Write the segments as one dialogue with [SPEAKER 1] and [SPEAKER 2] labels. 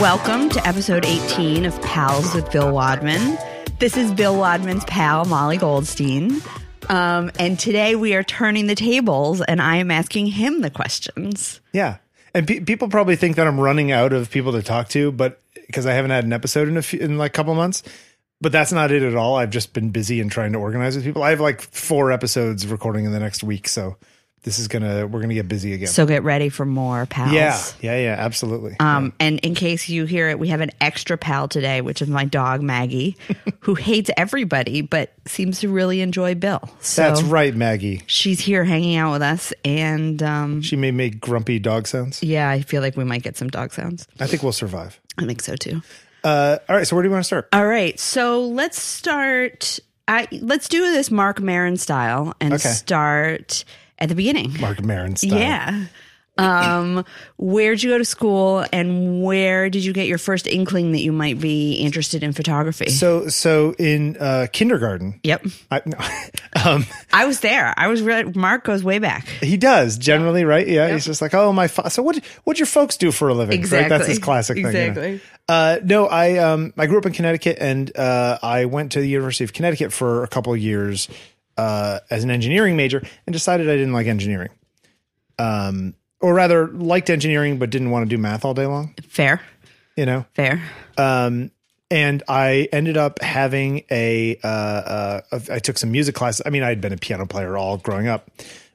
[SPEAKER 1] Welcome to episode 18 of Pals with Bill Wadman. This is Bill Wadman's pal, Molly Goldstein. Um, and today we are turning the tables, and I am asking him the questions.
[SPEAKER 2] Yeah. And pe- people probably think that I'm running out of people to talk to, but because I haven't had an episode in a few, in like a couple months, but that's not it at all. I've just been busy and trying to organize with people. I have like four episodes recording in the next week, so this is gonna we're gonna get busy again.
[SPEAKER 1] So get ready for more pals.
[SPEAKER 2] yeah, yeah, yeah, absolutely.
[SPEAKER 1] Um, and in case you hear it, we have an extra pal today, which is my dog Maggie, who hates everybody but seems to really enjoy Bill. So
[SPEAKER 2] That's right, Maggie.
[SPEAKER 1] she's here hanging out with us, and um,
[SPEAKER 2] She may make grumpy dog sounds.
[SPEAKER 1] yeah, I feel like we might get some dog sounds.
[SPEAKER 2] I think we'll survive.
[SPEAKER 1] I think so too.
[SPEAKER 2] Uh, all right, so where do you want to start?
[SPEAKER 1] All right, so let's start. I let's do this Mark Marin style and
[SPEAKER 2] Okay.
[SPEAKER 1] start at the beginning.
[SPEAKER 2] Mark Maron style.
[SPEAKER 1] Yeah. Um, where'd you go to school and where did you get your first inkling that you might be interested in photography?
[SPEAKER 2] So so in uh, kindergarten,
[SPEAKER 1] yep.
[SPEAKER 2] I, no, um,
[SPEAKER 1] I was there. I was re- Mark goes way back.
[SPEAKER 2] He does generally, right? Yeah, he's just like, oh my. Fa- so what? What your folks do for a living? Right? That's
[SPEAKER 1] Exactly.
[SPEAKER 2] his classic thing. you know?
[SPEAKER 1] Exactly.
[SPEAKER 2] Uh, no, I um I grew up in Connecticut, and uh, I went to the University of Connecticut for a couple of years uh, as an engineering major, and decided I didn't like engineering. Um, or rather, liked engineering but didn't want to do math all day long.
[SPEAKER 1] Fair,
[SPEAKER 2] You know.
[SPEAKER 1] fair.
[SPEAKER 2] Um, and I ended up having a, uh, uh, I took some music classes. I mean, I had been a piano player all growing up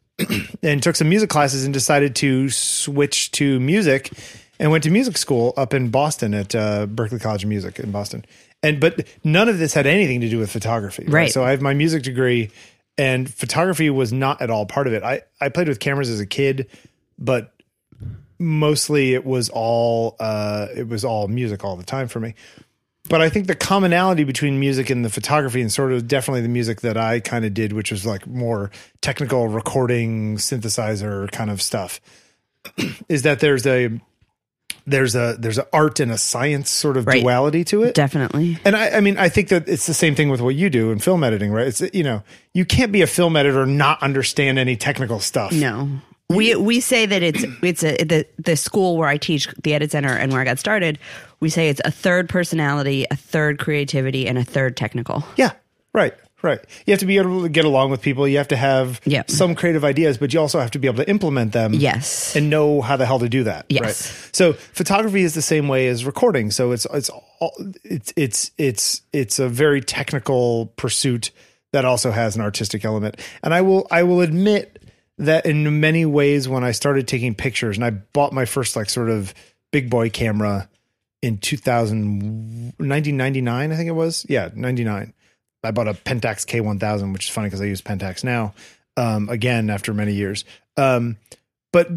[SPEAKER 2] and took some music classes and decided to switch to music and went to music school up in Boston at uh, Berkeley College of Music in Boston. And, but none of this had anything to do with photography.
[SPEAKER 1] Right.
[SPEAKER 2] So I have my music degree and photography was not at all part of it. I, I played with cameras as a kid, but mostly it was all uh, it was all music all the time for me. But I think the commonality between music and the photography, and sort of definitely the music that I kind of did, which was like more technical recording, synthesizer kind of stuff, is that there's a there's a there's a art and a science sort of
[SPEAKER 1] Right.
[SPEAKER 2] duality to it.
[SPEAKER 1] Definitely.
[SPEAKER 2] And I, I mean, I think that it's the same thing with what you do in film editing, right? It's you know, you can't be a film editor and not understand any technical stuff.
[SPEAKER 1] No. We we say that it's it's a the the school where I teach the edit center and where I got started, we say it's a third personality, a third creativity, and a third technical.
[SPEAKER 2] Yeah, right, right. You have to be able to get along with people. You have to have
[SPEAKER 1] Yeah.
[SPEAKER 2] some creative ideas, but you also have to be able to implement them.
[SPEAKER 1] Yes.
[SPEAKER 2] and know how the hell to do that.
[SPEAKER 1] Yes.
[SPEAKER 2] Right. So photography is the same way as recording. So it's it's all it's it's it's it's a very technical pursuit that also has an artistic element. And I will I will admit that in many ways when I started taking pictures and I bought my first like sort of big boy camera in 2000 1999 I think it was. Yeah, 99. I bought a Pentax K1000, which is funny because I use Pentax now um, again after many years. Um, but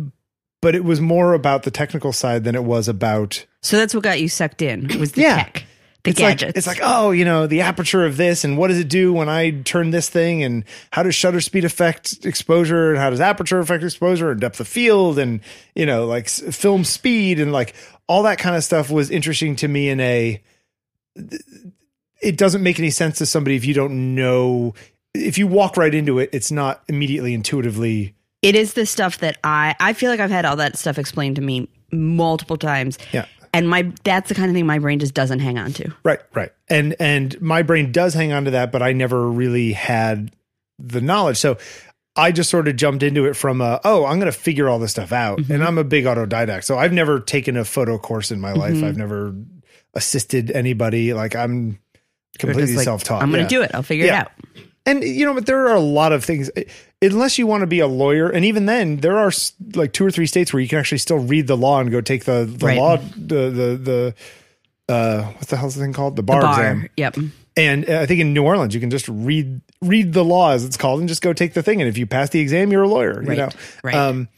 [SPEAKER 2] but it was more about the technical side than it was about
[SPEAKER 1] So that's what got you sucked in was the
[SPEAKER 2] Yeah.
[SPEAKER 1] tech, the
[SPEAKER 2] it's
[SPEAKER 1] gadgets.
[SPEAKER 2] like it's like oh you know the aperture of this and what does it do when I turn this thing and how does shutter speed affect exposure and how does aperture affect exposure and depth of field and you know like s- film speed and like all that kind of stuff was interesting to me in a it doesn't make any sense to somebody if you don't know if you walk right into it it's not immediately intuitively
[SPEAKER 1] it is the stuff that I I feel like I've had all that stuff explained to me multiple times.
[SPEAKER 2] Yeah.
[SPEAKER 1] And my that's the kind of thing my brain just doesn't hang on to.
[SPEAKER 2] Right, right. And and my brain does hang on to that, but I never really had the knowledge. So I just sort of jumped into it from a, oh, I'm going to figure all this stuff out.
[SPEAKER 1] Mm-hmm.
[SPEAKER 2] And I'm a big autodidact. So I've never taken a photo course in my life.
[SPEAKER 1] Mm-hmm.
[SPEAKER 2] I've never assisted anybody. Like I'm
[SPEAKER 1] You're
[SPEAKER 2] completely
[SPEAKER 1] just like,
[SPEAKER 2] self-taught.
[SPEAKER 1] I'm going
[SPEAKER 2] Yeah.
[SPEAKER 1] to do it. I'll figure
[SPEAKER 2] Yeah.
[SPEAKER 1] it out.
[SPEAKER 2] And you know, but there are a lot of things unless you want to be a lawyer and even then there are s- like two or three states where you can actually still read the law and go take the, the
[SPEAKER 1] Right.
[SPEAKER 2] law the the the uh what's the hell's the thing called? The bar, exam.
[SPEAKER 1] Bar. Yep.
[SPEAKER 2] And uh, I think in New Orleans, you can just read read the law as it's called, and just go take the thing. And if you pass the exam, you're a lawyer. you
[SPEAKER 1] Right,
[SPEAKER 2] know?
[SPEAKER 1] right.
[SPEAKER 2] Um,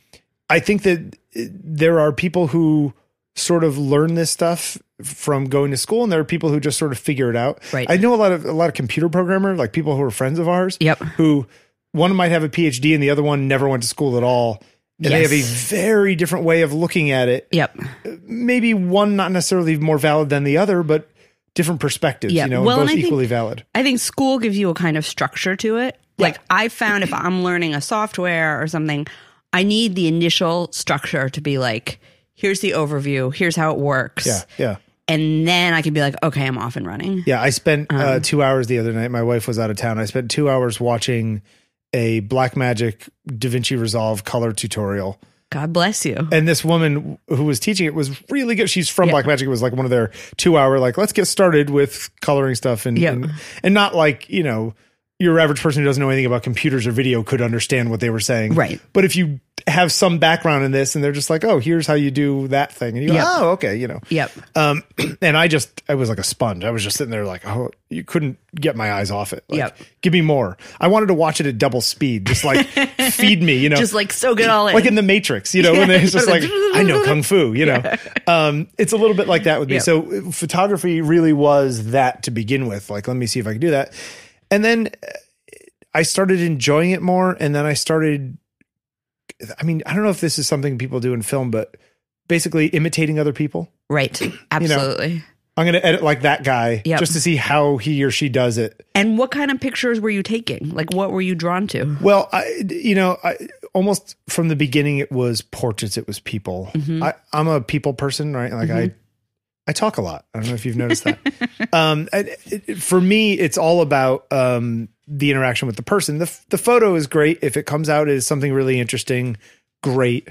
[SPEAKER 2] I think that uh, there are people who sort of learn this stuff from going to school, and there are people who just sort of figure it out.
[SPEAKER 1] Right.
[SPEAKER 2] I know a lot of a lot of computer programmer, like people who are friends of ours.
[SPEAKER 1] Yep.
[SPEAKER 2] Who one might have a PhD and the other one never went to school at all. And they
[SPEAKER 1] Yes.
[SPEAKER 2] have a very different way of looking at it
[SPEAKER 1] Yep.
[SPEAKER 2] maybe one not necessarily more valid than the other, but different perspectives,
[SPEAKER 1] Yeah.
[SPEAKER 2] you know,
[SPEAKER 1] Well,
[SPEAKER 2] and
[SPEAKER 1] and
[SPEAKER 2] both
[SPEAKER 1] I think-
[SPEAKER 2] equally valid.
[SPEAKER 1] I think school gives you a kind of structure to it Like I found if I'm learning a software or something, I need the initial structure to be like, here's the overview, here's how it works.
[SPEAKER 2] Yeah, yeah.
[SPEAKER 1] And then I can be like, okay, I'm off and running.
[SPEAKER 2] Yeah, I spent uh,
[SPEAKER 1] Um,
[SPEAKER 2] two hours the other night. My wife was out of town. I spent two hours watching a Blackmagic DaVinci Resolve color tutorial.
[SPEAKER 1] God bless you.
[SPEAKER 2] And this woman who was teaching it was really good. She's from Blackmagic. It was like one of their two hour, like, let's get started with coloring stuff. And,
[SPEAKER 1] Yeah.
[SPEAKER 2] and, and not like, you know, your average person who doesn't know anything about computers or video could understand what they were saying.
[SPEAKER 1] Right.
[SPEAKER 2] But if you have some background in this and they're just like, oh, here's how you do that thing. And you go,
[SPEAKER 1] Yep.
[SPEAKER 2] oh, okay, you know.
[SPEAKER 1] Yep.
[SPEAKER 2] Um, and I just, I was like a sponge. I was just sitting there like, oh, you couldn't get my eyes off it. Like,
[SPEAKER 1] Yep.
[SPEAKER 2] give me more. I wanted to watch it at double speed, just like feed me, you know,
[SPEAKER 1] Just like soak it all in.
[SPEAKER 2] like in the Matrix, you know, when it's just like, I know kung fu, you know. Um, it's a little bit like that with me.
[SPEAKER 1] Yep.
[SPEAKER 2] So uh, photography really was that to begin with. Like, let me see if I can do that. And then uh, I started enjoying it more. And then I started, I mean, I don't know if this is something people do in film, but basically imitating other people.
[SPEAKER 1] right. Absolutely.
[SPEAKER 2] I'm going to edit like that guy
[SPEAKER 1] Yep.
[SPEAKER 2] just to see how he or she does it.
[SPEAKER 1] And what kind of pictures were you taking? Like what were you drawn to?
[SPEAKER 2] Well, I, you know, I almost from the beginning, it was portraits. It was people. I, I'm a people person, right? Like I, I talk a lot. I don't know if you've noticed that. um, I- it- for me, it's all about, um, the interaction with the person. The, the photo is great. If it comes out as something really interesting, great.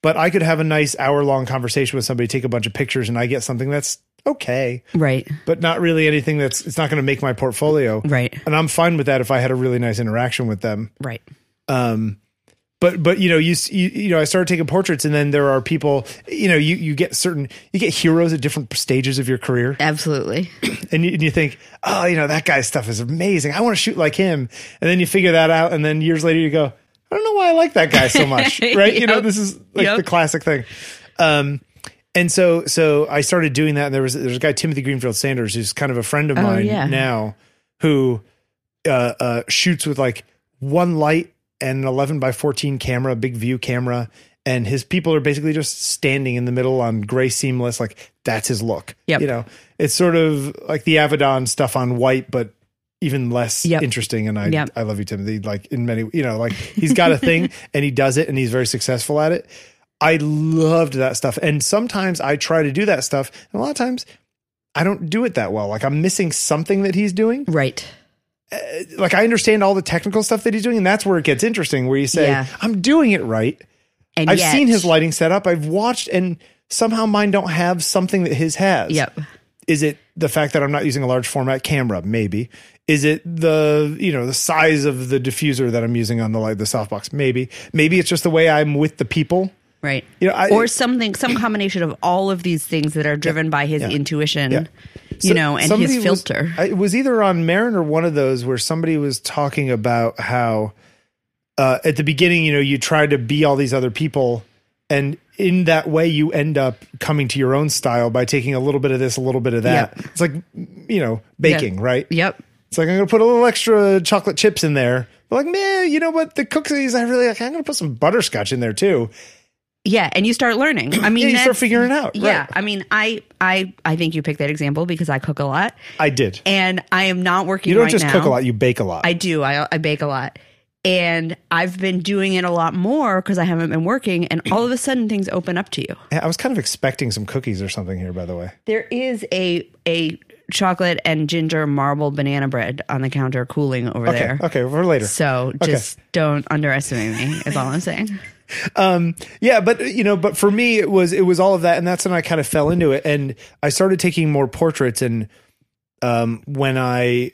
[SPEAKER 2] But I could have a nice hour long conversation with somebody, take a bunch of pictures and I get something that's okay,
[SPEAKER 1] Right.
[SPEAKER 2] but not really anything that's, it's not going to make my portfolio.
[SPEAKER 1] Right.
[SPEAKER 2] And I'm fine with that if I had a really nice interaction with them
[SPEAKER 1] Right.
[SPEAKER 2] um but but you know you, s- you you know I started taking portraits and then there are people you know you you get certain you get heroes at different stages of your career
[SPEAKER 1] Absolutely.
[SPEAKER 2] and you, and you think oh you know that guy's stuff is amazing I want to shoot like him and then you figure that out and then years later you go I don't know why I like that guy so much right you know
[SPEAKER 1] Yep.
[SPEAKER 2] this is like
[SPEAKER 1] Yep.
[SPEAKER 2] the classic thing um and so so I started doing that and there was there's a guy Timothy Greenfield Sanders who's kind of a friend of mine
[SPEAKER 1] Oh, yeah.
[SPEAKER 2] now who uh, uh, shoots with like one light and an 11 by 14 camera, big view camera. And his people are basically just standing in the middle on gray seamless. Like that's his look.
[SPEAKER 1] Yep.
[SPEAKER 2] You know, it's sort of like the Avedon stuff on white, but even less
[SPEAKER 1] Yep.
[SPEAKER 2] interesting. And I,
[SPEAKER 1] Yep.
[SPEAKER 2] I love you, Timothy. Like in many, you know, like he's got a thing and he does it and he's very successful at it. I loved that stuff. And sometimes I try to do that stuff. And a lot of times I don't do it that well. Like I'm missing something that he's doing
[SPEAKER 1] Right.
[SPEAKER 2] like I understand all the technical stuff that he's doing, and that's where it gets interesting. Where you say,
[SPEAKER 1] Yeah.
[SPEAKER 2] "I'm doing it right."
[SPEAKER 1] And
[SPEAKER 2] I've
[SPEAKER 1] yet-
[SPEAKER 2] seen his lighting setup. I've watched, and somehow mine don't have something that his has.
[SPEAKER 1] Yep.
[SPEAKER 2] Is it the fact that I'm not using a large format camera? Maybe. Is it the you know the size of the diffuser that I'm using on the light, the softbox? Maybe. Maybe it's just the way I'm with the people.
[SPEAKER 1] Right.
[SPEAKER 2] You know, I-
[SPEAKER 1] or something, some combination of all of these things that are driven by his intuition,
[SPEAKER 2] Yeah.
[SPEAKER 1] you
[SPEAKER 2] So-
[SPEAKER 1] know, and
[SPEAKER 2] somebody
[SPEAKER 1] his
[SPEAKER 2] was-
[SPEAKER 1] filter.
[SPEAKER 2] I- it was either on Marin or one of those where somebody was talking about how uh, at the beginning, you know, you try to be all these other people, and in that way, you end up coming to your own style by taking a little bit of this, a little bit of that. It's like you know, baking, right?
[SPEAKER 1] yep.
[SPEAKER 2] It's like I'm gonna put a little extra chocolate chips in there. But like, man, you know what? The cookies, I really like. I'm gonna put some butterscotch in there too.
[SPEAKER 1] Yeah. And you start learning. I mean,
[SPEAKER 2] And you start
[SPEAKER 1] that's-
[SPEAKER 2] figuring it out.
[SPEAKER 1] yeah.
[SPEAKER 2] right.
[SPEAKER 1] I mean, I, I, I think you picked that example because I cook a lot
[SPEAKER 2] I did.
[SPEAKER 1] and I am not working
[SPEAKER 2] You don't
[SPEAKER 1] right
[SPEAKER 2] just
[SPEAKER 1] now.
[SPEAKER 2] cook a lot; you bake a lot.
[SPEAKER 1] I do. I, I bake a lot. And I've been doing it a lot more because I haven't been working. And all of a sudden, things open up to you.
[SPEAKER 2] I was kind of expecting some cookies or something here, by the way.
[SPEAKER 1] There is a a chocolate and ginger marble banana bread on the counter cooling over there.
[SPEAKER 2] Okay, for later.
[SPEAKER 1] So just don't underestimate me is all I'm saying.
[SPEAKER 2] yeah, but you know, but for me, it was it was all of that, and that's when I kind of fell into it, and I started taking more portraits. And um, when I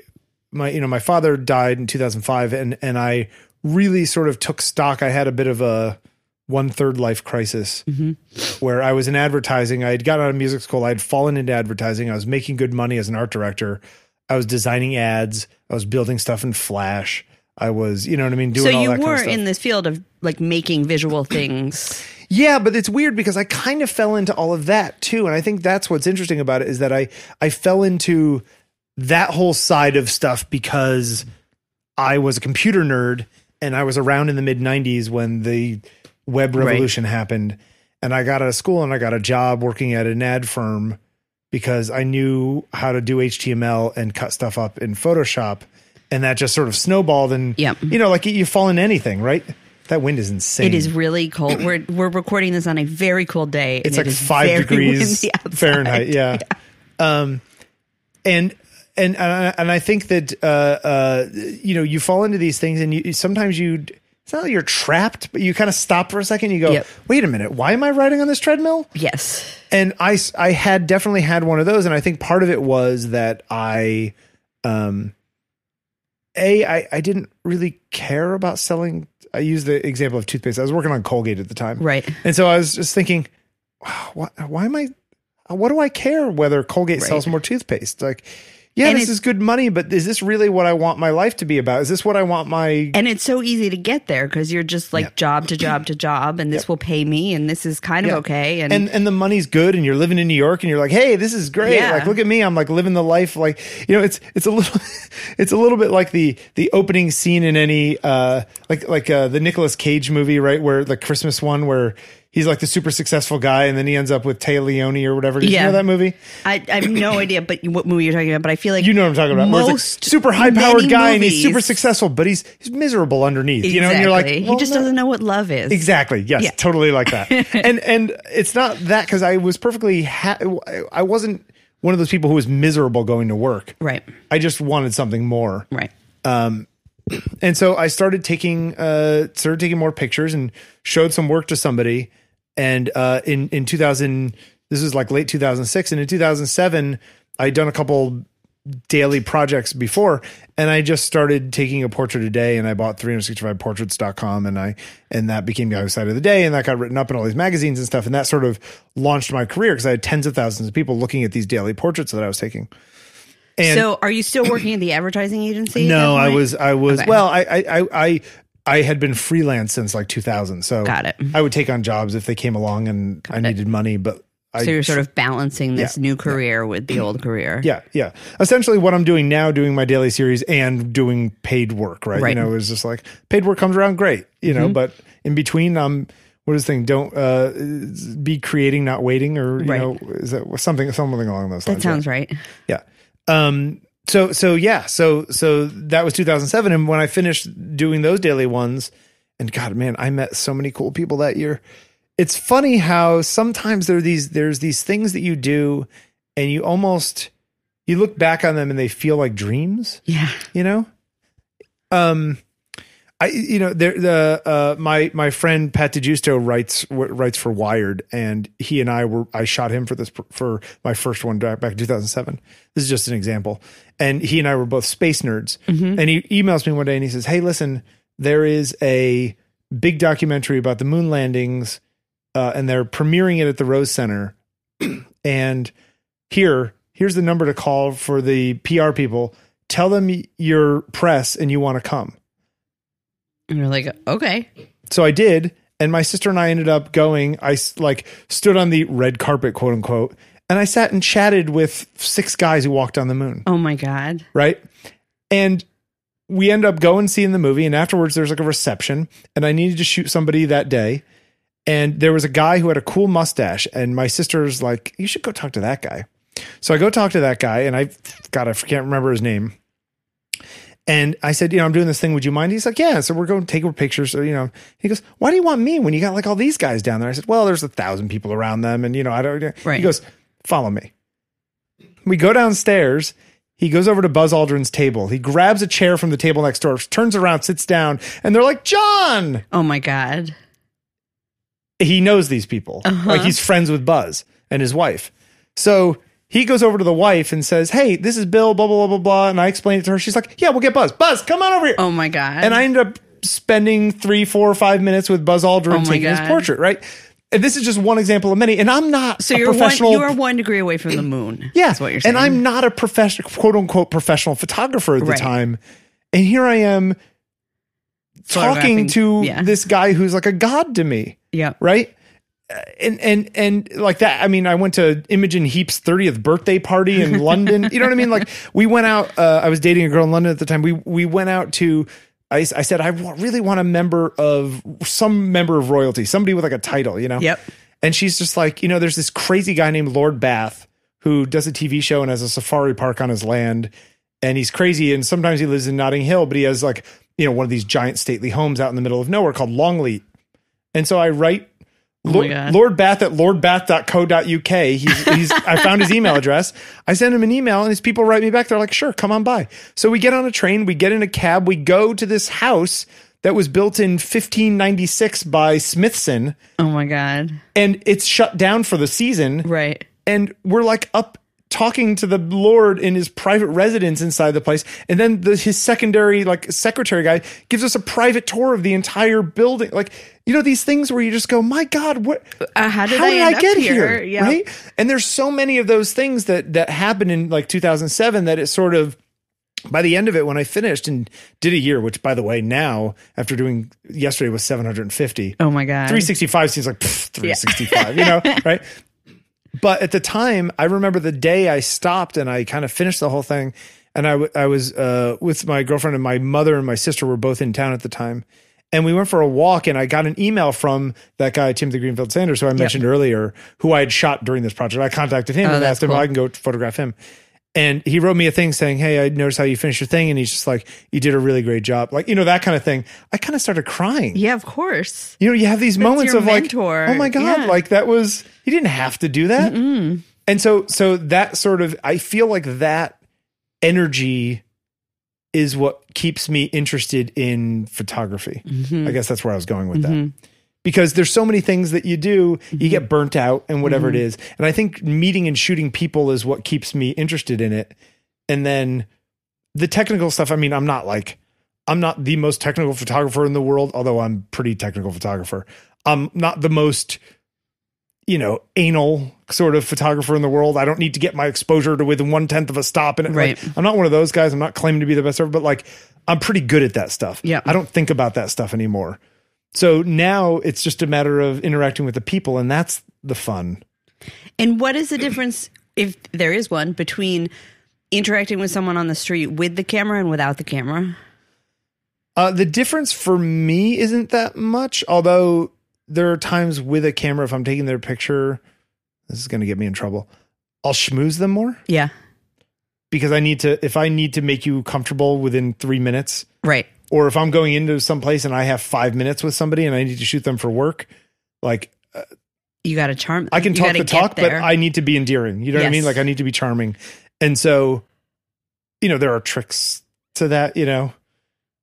[SPEAKER 2] my you know my father died in 2005, and and I really sort of took stock. I had a bit of a one third life crisis
[SPEAKER 1] Mm-hmm.
[SPEAKER 2] where I was in advertising. I had gotten out of music school. I had fallen into advertising. I was making good money as an art director. I was designing ads. I was building stuff in Flash. I was, you know what I mean, doing
[SPEAKER 1] So
[SPEAKER 2] all
[SPEAKER 1] you
[SPEAKER 2] that kind
[SPEAKER 1] were
[SPEAKER 2] of stuff.
[SPEAKER 1] in this field of like making visual things.
[SPEAKER 2] Yeah, but it's weird because I kind of fell into all of that too, and I think that's what's interesting about it is that I I fell into that whole side of stuff because I was a computer nerd and I was around in the mid 90s when the web revolution happened and I got out of school and I got a job working at an ad firm because I knew how to do HTML and cut stuff up in Photoshop and that just sort of snowballed and
[SPEAKER 1] Yep.
[SPEAKER 2] you know like you fall into anything right that wind is insane
[SPEAKER 1] It is really cold. We're we're recording this on a very cold day.
[SPEAKER 2] it's like five degrees Fahrenheit. Yeah. Um, and, and, and I, and I think that, uh, uh, you know, you fall into these things and you, sometimes you, it's not that you're trapped, but you kind of stop for a second. You go,
[SPEAKER 1] Yep.
[SPEAKER 2] wait a minute, why am I riding on this treadmill?
[SPEAKER 1] Yes.
[SPEAKER 2] and I, s- I had definitely had one of those and i think part of it was that i um a i, I didn't really care about selling i used the example of toothpaste i was working on colgate at the time
[SPEAKER 1] Right.
[SPEAKER 2] and so i was just thinking wow, why, why am i what do i care whether colgate
[SPEAKER 1] Right.
[SPEAKER 2] sells more toothpaste like yeah
[SPEAKER 1] And
[SPEAKER 2] this
[SPEAKER 1] it's-
[SPEAKER 2] is good money but is this really what i want my life to be about is this what i want my
[SPEAKER 1] And it's so easy to get there because you're just like job to job to job, and this will pay me, and this is kind of
[SPEAKER 2] Yeah.
[SPEAKER 1] okay. And,
[SPEAKER 2] and and the money's good and you're living in New York and you're like, "Hey, this is great.
[SPEAKER 1] Yeah.
[SPEAKER 2] Like look at me. I'm like living the life like, you know, it's it's a little it's a little bit like the the opening scene in any uh like like uh the Nicolas Cage movie, right, where the Christmas one where he's like the super successful guy and then he ends up with Tay Leone or whatever. Did
[SPEAKER 1] Yeah.
[SPEAKER 2] you know that movie?
[SPEAKER 1] I, I have no idea, but what movie you're talking about? But I feel like
[SPEAKER 2] You know what I'm talking about. where it's like
[SPEAKER 1] Most
[SPEAKER 2] super high powered
[SPEAKER 1] many
[SPEAKER 2] guy and he's
[SPEAKER 1] movies-
[SPEAKER 2] super successful, but he's he's miserable underneath. You know, and you're like,
[SPEAKER 1] Exactly.
[SPEAKER 2] "Well,
[SPEAKER 1] he just
[SPEAKER 2] no."
[SPEAKER 1] doesn't know what love is.
[SPEAKER 2] Exactly. Yes.
[SPEAKER 1] Yeah.
[SPEAKER 2] Totally like that. and and it's not that because I was perfectly. Ha- I wasn't one of those people who was miserable going to work.
[SPEAKER 1] Right.
[SPEAKER 2] I just wanted something more,
[SPEAKER 1] Right.
[SPEAKER 2] and so I started taking uh started taking more pictures and showed some work to somebody. And uh, in in 2000, this was like late 2006, and in 2007, I'd done a couple daily projects before and I just started taking a portrait a day and I bought 365portraits.com and I and that became Yahoo site of the day and that got written up in all these magazines and stuff and that sort of launched my career because I had tens of thousands of people looking at these daily portraits that I was taking. And
[SPEAKER 1] so, are you still working at the advertising agency? at
[SPEAKER 2] no,
[SPEAKER 1] that
[SPEAKER 2] I
[SPEAKER 1] point?
[SPEAKER 2] was I was
[SPEAKER 1] Okay.
[SPEAKER 2] well, I I I I I had been freelance since like 2000. So
[SPEAKER 1] Got it.
[SPEAKER 2] I would take on jobs if they came along and I needed money, but I
[SPEAKER 1] So you're sort of balancing this new career with the old career.
[SPEAKER 2] yeah, yeah. Essentially, what I'm doing now, doing my daily series and doing paid work, right?
[SPEAKER 1] Right. Mm-hmm.
[SPEAKER 2] You know, it's just like paid work comes around, great, you know. But in between, I'm what is the thing? Don't uh, be creating, not waiting, or you
[SPEAKER 1] Right.
[SPEAKER 2] know, is that something something along those
[SPEAKER 1] That
[SPEAKER 2] lines? right?
[SPEAKER 1] sounds right.
[SPEAKER 2] Yeah. Um so so yeah, so so that was 2007 and when I finished doing those daily ones and god man, I met so many cool people that year. It's funny how sometimes there are these there's these things that you do and you almost you look back on them and they feel like dreams
[SPEAKER 1] Yeah.
[SPEAKER 2] you know um i you know there the uh my my friend pat DeGusto writes w- writes for wired and he and i were i shot him for this pr- for my first one back back in 2007 this is just an example and he and i were both space nerds
[SPEAKER 1] Mm-hmm.
[SPEAKER 2] and he emails me one day and he says hey listen there is a big documentary about the moon landings uh, and they're premiering it at the rose center and here here's the number to call for the PR people. Tell them y- your press and you want to come.
[SPEAKER 1] And you're like, okay.
[SPEAKER 2] So I did, and my sister and I ended up going. I s- like stood on the red carpet, quote unquote, and I sat and chatted with six guys who walked on the moon,
[SPEAKER 1] Oh my God.
[SPEAKER 2] right? And we end up going seeing the movie, and afterwards there's like a reception, and I needed to shoot somebody that day. And there was a guy who had a cool mustache, and my sister's like, "You should go talk to that guy." So I go talk to that guy, and I, God, I can't remember his name. And I said, you know, I'm doing this thing. Would you mind? He's like, yeah. So we're going to take pictures. So, you know, he goes, why do you want me when you got like all these guys down there? I said, well, there's a thousand people around them. And, you know, I don't,
[SPEAKER 1] Right.
[SPEAKER 2] he goes, follow me. We go downstairs. He goes over to Buzz Aldrin's table. He grabs a chair from the table next door, turns around, sits down, and they're like, John.
[SPEAKER 1] Oh my God.
[SPEAKER 2] He knows these people.
[SPEAKER 1] Uh-huh.
[SPEAKER 2] Like he's friends with Buzz and his wife. So he goes over to the wife and says, hey, this is Bill, blah, blah, blah, blah, blah. And I explain it to her. She's like, yeah, we'll get Buzz. Buzz, come on over here.
[SPEAKER 1] Oh my God.
[SPEAKER 2] And I ended up spending three, four, or five minutes with Buzz Aldrin
[SPEAKER 1] Oh my
[SPEAKER 2] taking his
[SPEAKER 1] God.
[SPEAKER 2] portrait, right? And this is just one example of many. And I'm not
[SPEAKER 1] so
[SPEAKER 2] a
[SPEAKER 1] you're one,
[SPEAKER 2] professional.
[SPEAKER 1] you are one degree away from the moon.
[SPEAKER 2] yeah,
[SPEAKER 1] That's what you're saying.
[SPEAKER 2] And I'm not a professional, quote unquote, professional photographer at the
[SPEAKER 1] Right.
[SPEAKER 2] time. And here I am
[SPEAKER 1] Photographing-
[SPEAKER 2] talking to
[SPEAKER 1] yeah.
[SPEAKER 2] this guy who's like a god to me,
[SPEAKER 1] Yeah.
[SPEAKER 2] right? Uh, And and and like that. I mean, I went to Imogen Heap's 30th birthday party in London. You know what I mean? Like we went out. Uh, I was dating a girl in London at the time. We we went out to. I, s- I said I wa- really want a member of some member of royalty, somebody with like a title, you know.
[SPEAKER 1] Yep.
[SPEAKER 2] And she's just like, you know, there's this crazy guy named Lord Bath who does a TV show and has a safari park on his land. and he's crazy. And sometimes he lives in Notting Hill, but he has like you know one of these giant stately homes out in the middle of nowhere called Longleat. And so I write
[SPEAKER 3] Oh my
[SPEAKER 2] Lord,
[SPEAKER 3] God.
[SPEAKER 2] Lord Bath at lordbath.co.uk. He's, he's I found his email address. I send him an email, and his people write me back. They're like, "Sure, come on by." So we get on a train, we get in a cab, we go to this house that was built in 1596 by Smithson,
[SPEAKER 3] Oh my god.
[SPEAKER 2] and it's shut down for the season
[SPEAKER 3] Right.
[SPEAKER 2] and we're like up talking to the lord in his private residence inside the place and then the, his secondary like secretary guy gives us a private tour of the entire building like you know these things where you just go my god what
[SPEAKER 1] Uh, how did I end up here? Yeah.
[SPEAKER 2] right and there's so many of those things that that happened in like 2007 that it sort of by the end of it when i finished and did a year which by the way now after doing yesterday was 750
[SPEAKER 3] Oh my god.
[SPEAKER 2] 365 seems like pff, 365, you know, right? But at the time, I remember the day I stopped and I kind of finished the whole thing. And I, w- I was uh, with my girlfriend and my mother and my sister were both in town at the time. And we went for a walk and I got an email from that guy, Timothy Greenfield Sanders, who I mentioned earlier, who I had shot during this project. I contacted him and
[SPEAKER 3] Oh, that's
[SPEAKER 2] asked him,
[SPEAKER 3] cool.
[SPEAKER 2] well, I can go photograph him. And he wrote me a thing saying, Hey, I noticed how you finished your thing. And he's just like, You did a really great job. Like, you know, that kind of thing. I kind of started crying
[SPEAKER 1] Yeah, of course.
[SPEAKER 2] you know, you have these moments
[SPEAKER 1] your
[SPEAKER 2] of
[SPEAKER 1] mentor.
[SPEAKER 2] like, oh my god,
[SPEAKER 1] Yeah.
[SPEAKER 2] like that was he didn't have to do that. And so, so that sort of, I feel like that energy is what keeps me interested in photography.
[SPEAKER 1] Mm-hmm.
[SPEAKER 2] I guess that's where I was going with that. Because there's so many things that you do,
[SPEAKER 1] Mm-hmm.
[SPEAKER 2] you get burnt out and whatever it is. And I think meeting and shooting people is what keeps me interested in it. And then the technical stuff, I mean, I'm not like I'm not the most technical photographer in the world, although I'm pretty technical photographer. I'm not the most, you know, anal sort of photographer in the world. I don't need to get my exposure to within one tenth of a stop. And
[SPEAKER 3] Right.
[SPEAKER 2] like, I'm not one of those guys. I'm not claiming to be the best ever, but like I'm pretty good at that stuff.
[SPEAKER 3] Yeah.
[SPEAKER 2] I don't think about that stuff anymore. So now it's just a matter of interacting with the people, and that's the fun.
[SPEAKER 1] And what is the difference, if there is one, between interacting with someone on the street with the camera and without the camera?
[SPEAKER 2] Uh, the difference for me isn't that much, although there are times with a camera, if I'm taking their picture, this is going to get me in trouble. I'll schmooze them more
[SPEAKER 1] Yeah.
[SPEAKER 2] because I need to, if I need to make you comfortable within three minutes,
[SPEAKER 1] Right.
[SPEAKER 2] or if I'm going into some place and I have five minutes with somebody and I need to shoot them for work, like
[SPEAKER 1] You got to charm.
[SPEAKER 2] I can
[SPEAKER 1] you
[SPEAKER 2] talk
[SPEAKER 1] gotta
[SPEAKER 2] the
[SPEAKER 1] get
[SPEAKER 2] talk, but
[SPEAKER 1] there.
[SPEAKER 2] I need to be endearing. You know what I
[SPEAKER 1] Yes.
[SPEAKER 2] mean? Like I need to be charming. And so, you know, there are tricks to that, you know,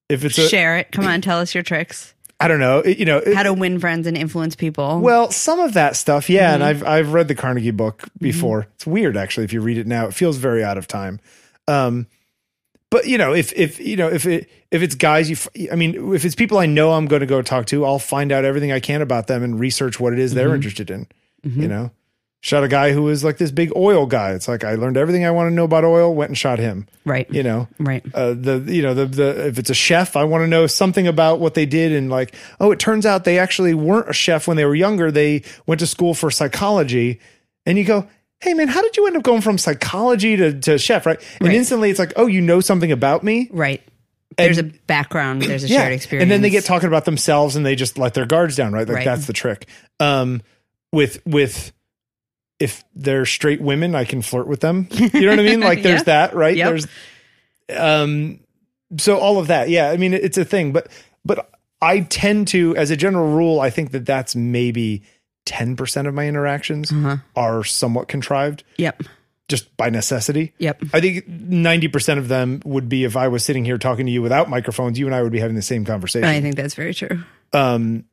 [SPEAKER 2] if it's a,
[SPEAKER 1] share it. Come on, tell us your tricks.
[SPEAKER 2] I don't know, it- you know, it-
[SPEAKER 1] How to win friends and influence people.
[SPEAKER 2] Well, some of that stuff, yeah. And I've I've read the Carnegie book before. It's weird actually if you read it now. It feels very out of time. Um, but you know, if if you know if it if it's guys, you f- I mean, if it's people I know, I'm going to go talk to. I'll find out everything I can about them and research what it is they're interested in. You know, shot a guy who was like this big oil guy. It's like I learned everything I want to know about oil. Went and shot him.
[SPEAKER 1] right.
[SPEAKER 2] You know,
[SPEAKER 1] Right.
[SPEAKER 2] uh, the you know the the if it's a chef, I want to know something about what they did and like oh, it turns out they actually weren't a chef when they were younger. They went to school for psychology, and you go, hey man, how did you end up going from psychology to to chef, right? And
[SPEAKER 1] Right.
[SPEAKER 2] instantly it's like oh, you know something about me.
[SPEAKER 1] Right. There's a background. There's a shared experience.
[SPEAKER 2] And then they get talking about themselves and they just let their guards down, right? Like
[SPEAKER 1] Right.
[SPEAKER 2] that's the trick. Um, with with if they're straight women, I can flirt with them. You know what I mean? Like there's
[SPEAKER 1] Yeah.
[SPEAKER 2] that, right?
[SPEAKER 1] Yep.
[SPEAKER 2] There's um so all of that. Yeah, I mean it's a thing, but but I tend to as a general rule, I think that that's maybe 10% of my interactions
[SPEAKER 1] Mm.
[SPEAKER 2] are somewhat contrived
[SPEAKER 1] Uh-huh. Yep.
[SPEAKER 2] just by necessity.
[SPEAKER 1] Yep.
[SPEAKER 2] I think 90% of them would be if I was sitting here talking to you without microphones, you and I would be having the same conversation.
[SPEAKER 1] I think that's very true.
[SPEAKER 2] um,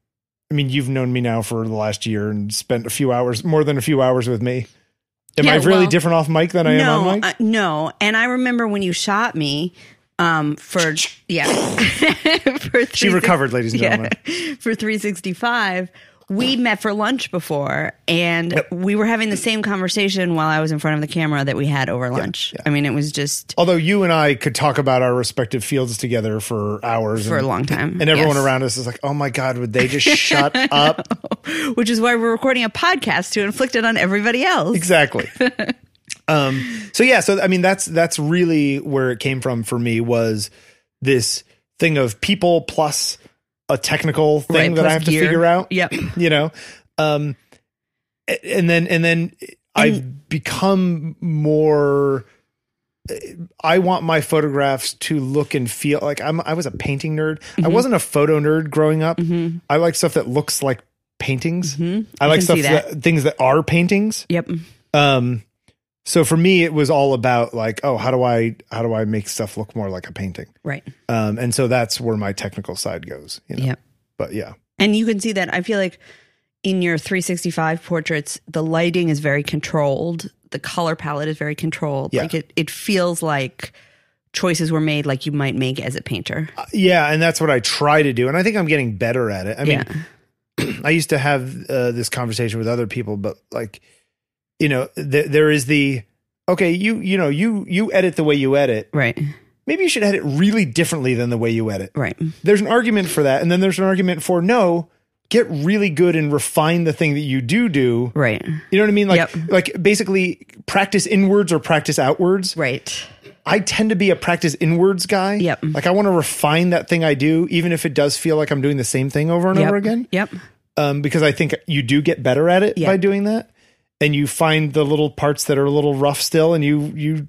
[SPEAKER 2] I mean, you've known me now for the last year and spent a few hours, more than a few hours with me. Am
[SPEAKER 1] Yeah,
[SPEAKER 2] I really
[SPEAKER 1] well,
[SPEAKER 2] different off mic than I am
[SPEAKER 1] no,
[SPEAKER 2] on mic?
[SPEAKER 1] uh, no. And I remember when you shot me um, for yeah for
[SPEAKER 2] she recovered, ladies and
[SPEAKER 1] yeah,
[SPEAKER 2] gentlemen.
[SPEAKER 1] for 365. We met for lunch before and we were having the same conversation while I was in front of the camera that we had over lunch. I mean, it was just
[SPEAKER 2] Although you and I could talk about our respective fields together for hours
[SPEAKER 1] for a
[SPEAKER 2] and,
[SPEAKER 1] long time.
[SPEAKER 2] and everyone
[SPEAKER 1] Yes.
[SPEAKER 2] around us is like, oh my God, would they just shut up?
[SPEAKER 1] Which is why we're recording a podcast to inflict it on everybody else.
[SPEAKER 2] exactly um so yeah so i mean that's that's really where it came from for me was this thing of people plus a technical thing
[SPEAKER 1] Right,
[SPEAKER 2] that
[SPEAKER 1] plus
[SPEAKER 2] i have to
[SPEAKER 1] gear.
[SPEAKER 2] figure out
[SPEAKER 1] Yep.
[SPEAKER 2] you know um a- and then and then i've become more I want my photographs to look and feel like I'm I was a painting nerd. I
[SPEAKER 1] Mm-hmm.
[SPEAKER 2] wasn't a photo nerd growing up. I like stuff that looks like paintings. I like
[SPEAKER 1] Mm-hmm. can
[SPEAKER 2] stuff
[SPEAKER 1] see
[SPEAKER 2] that.
[SPEAKER 1] that.
[SPEAKER 2] things that are paintings.
[SPEAKER 1] Yep.
[SPEAKER 2] Um so for me it was all about like oh how do I how do I make stuff look more like a painting?
[SPEAKER 1] Right.
[SPEAKER 2] Um and so that's where my technical side goes, you know.
[SPEAKER 1] Yep.
[SPEAKER 2] But yeah.
[SPEAKER 1] And you can see that. I feel like in your 365 portraits, the lighting is very controlled. The color palette is very controlled.
[SPEAKER 2] Yeah.
[SPEAKER 1] Like it, it feels like choices were made like you might make as a painter.
[SPEAKER 2] Uh, Yeah, and that's what I try to do, and I think I'm getting better at it. I mean, I used to have uh, this conversation with other people, but like, you know, th- there is the okay, you you know, you you edit the way you edit.
[SPEAKER 1] Right.
[SPEAKER 2] Maybe you should edit really differently than the way you edit.
[SPEAKER 1] Right.
[SPEAKER 2] There's an argument for that, and then there's an argument for no, get really good and refine the thing that you do do.
[SPEAKER 1] Right.
[SPEAKER 2] You know what I mean? Like,
[SPEAKER 1] Yep.
[SPEAKER 2] like basically practice inwards or practice outwards.
[SPEAKER 1] Right.
[SPEAKER 2] I tend to be a practice inwards guy.
[SPEAKER 1] Yep.
[SPEAKER 2] Like I want to refine that thing I do, even if it does feel like I'm doing the same thing over and
[SPEAKER 1] Yep.
[SPEAKER 2] over again.
[SPEAKER 1] Yep.
[SPEAKER 2] Um, because I think you do get better at it
[SPEAKER 1] Yeah.
[SPEAKER 2] by doing that, and you find the little parts that are a little rough still, and you you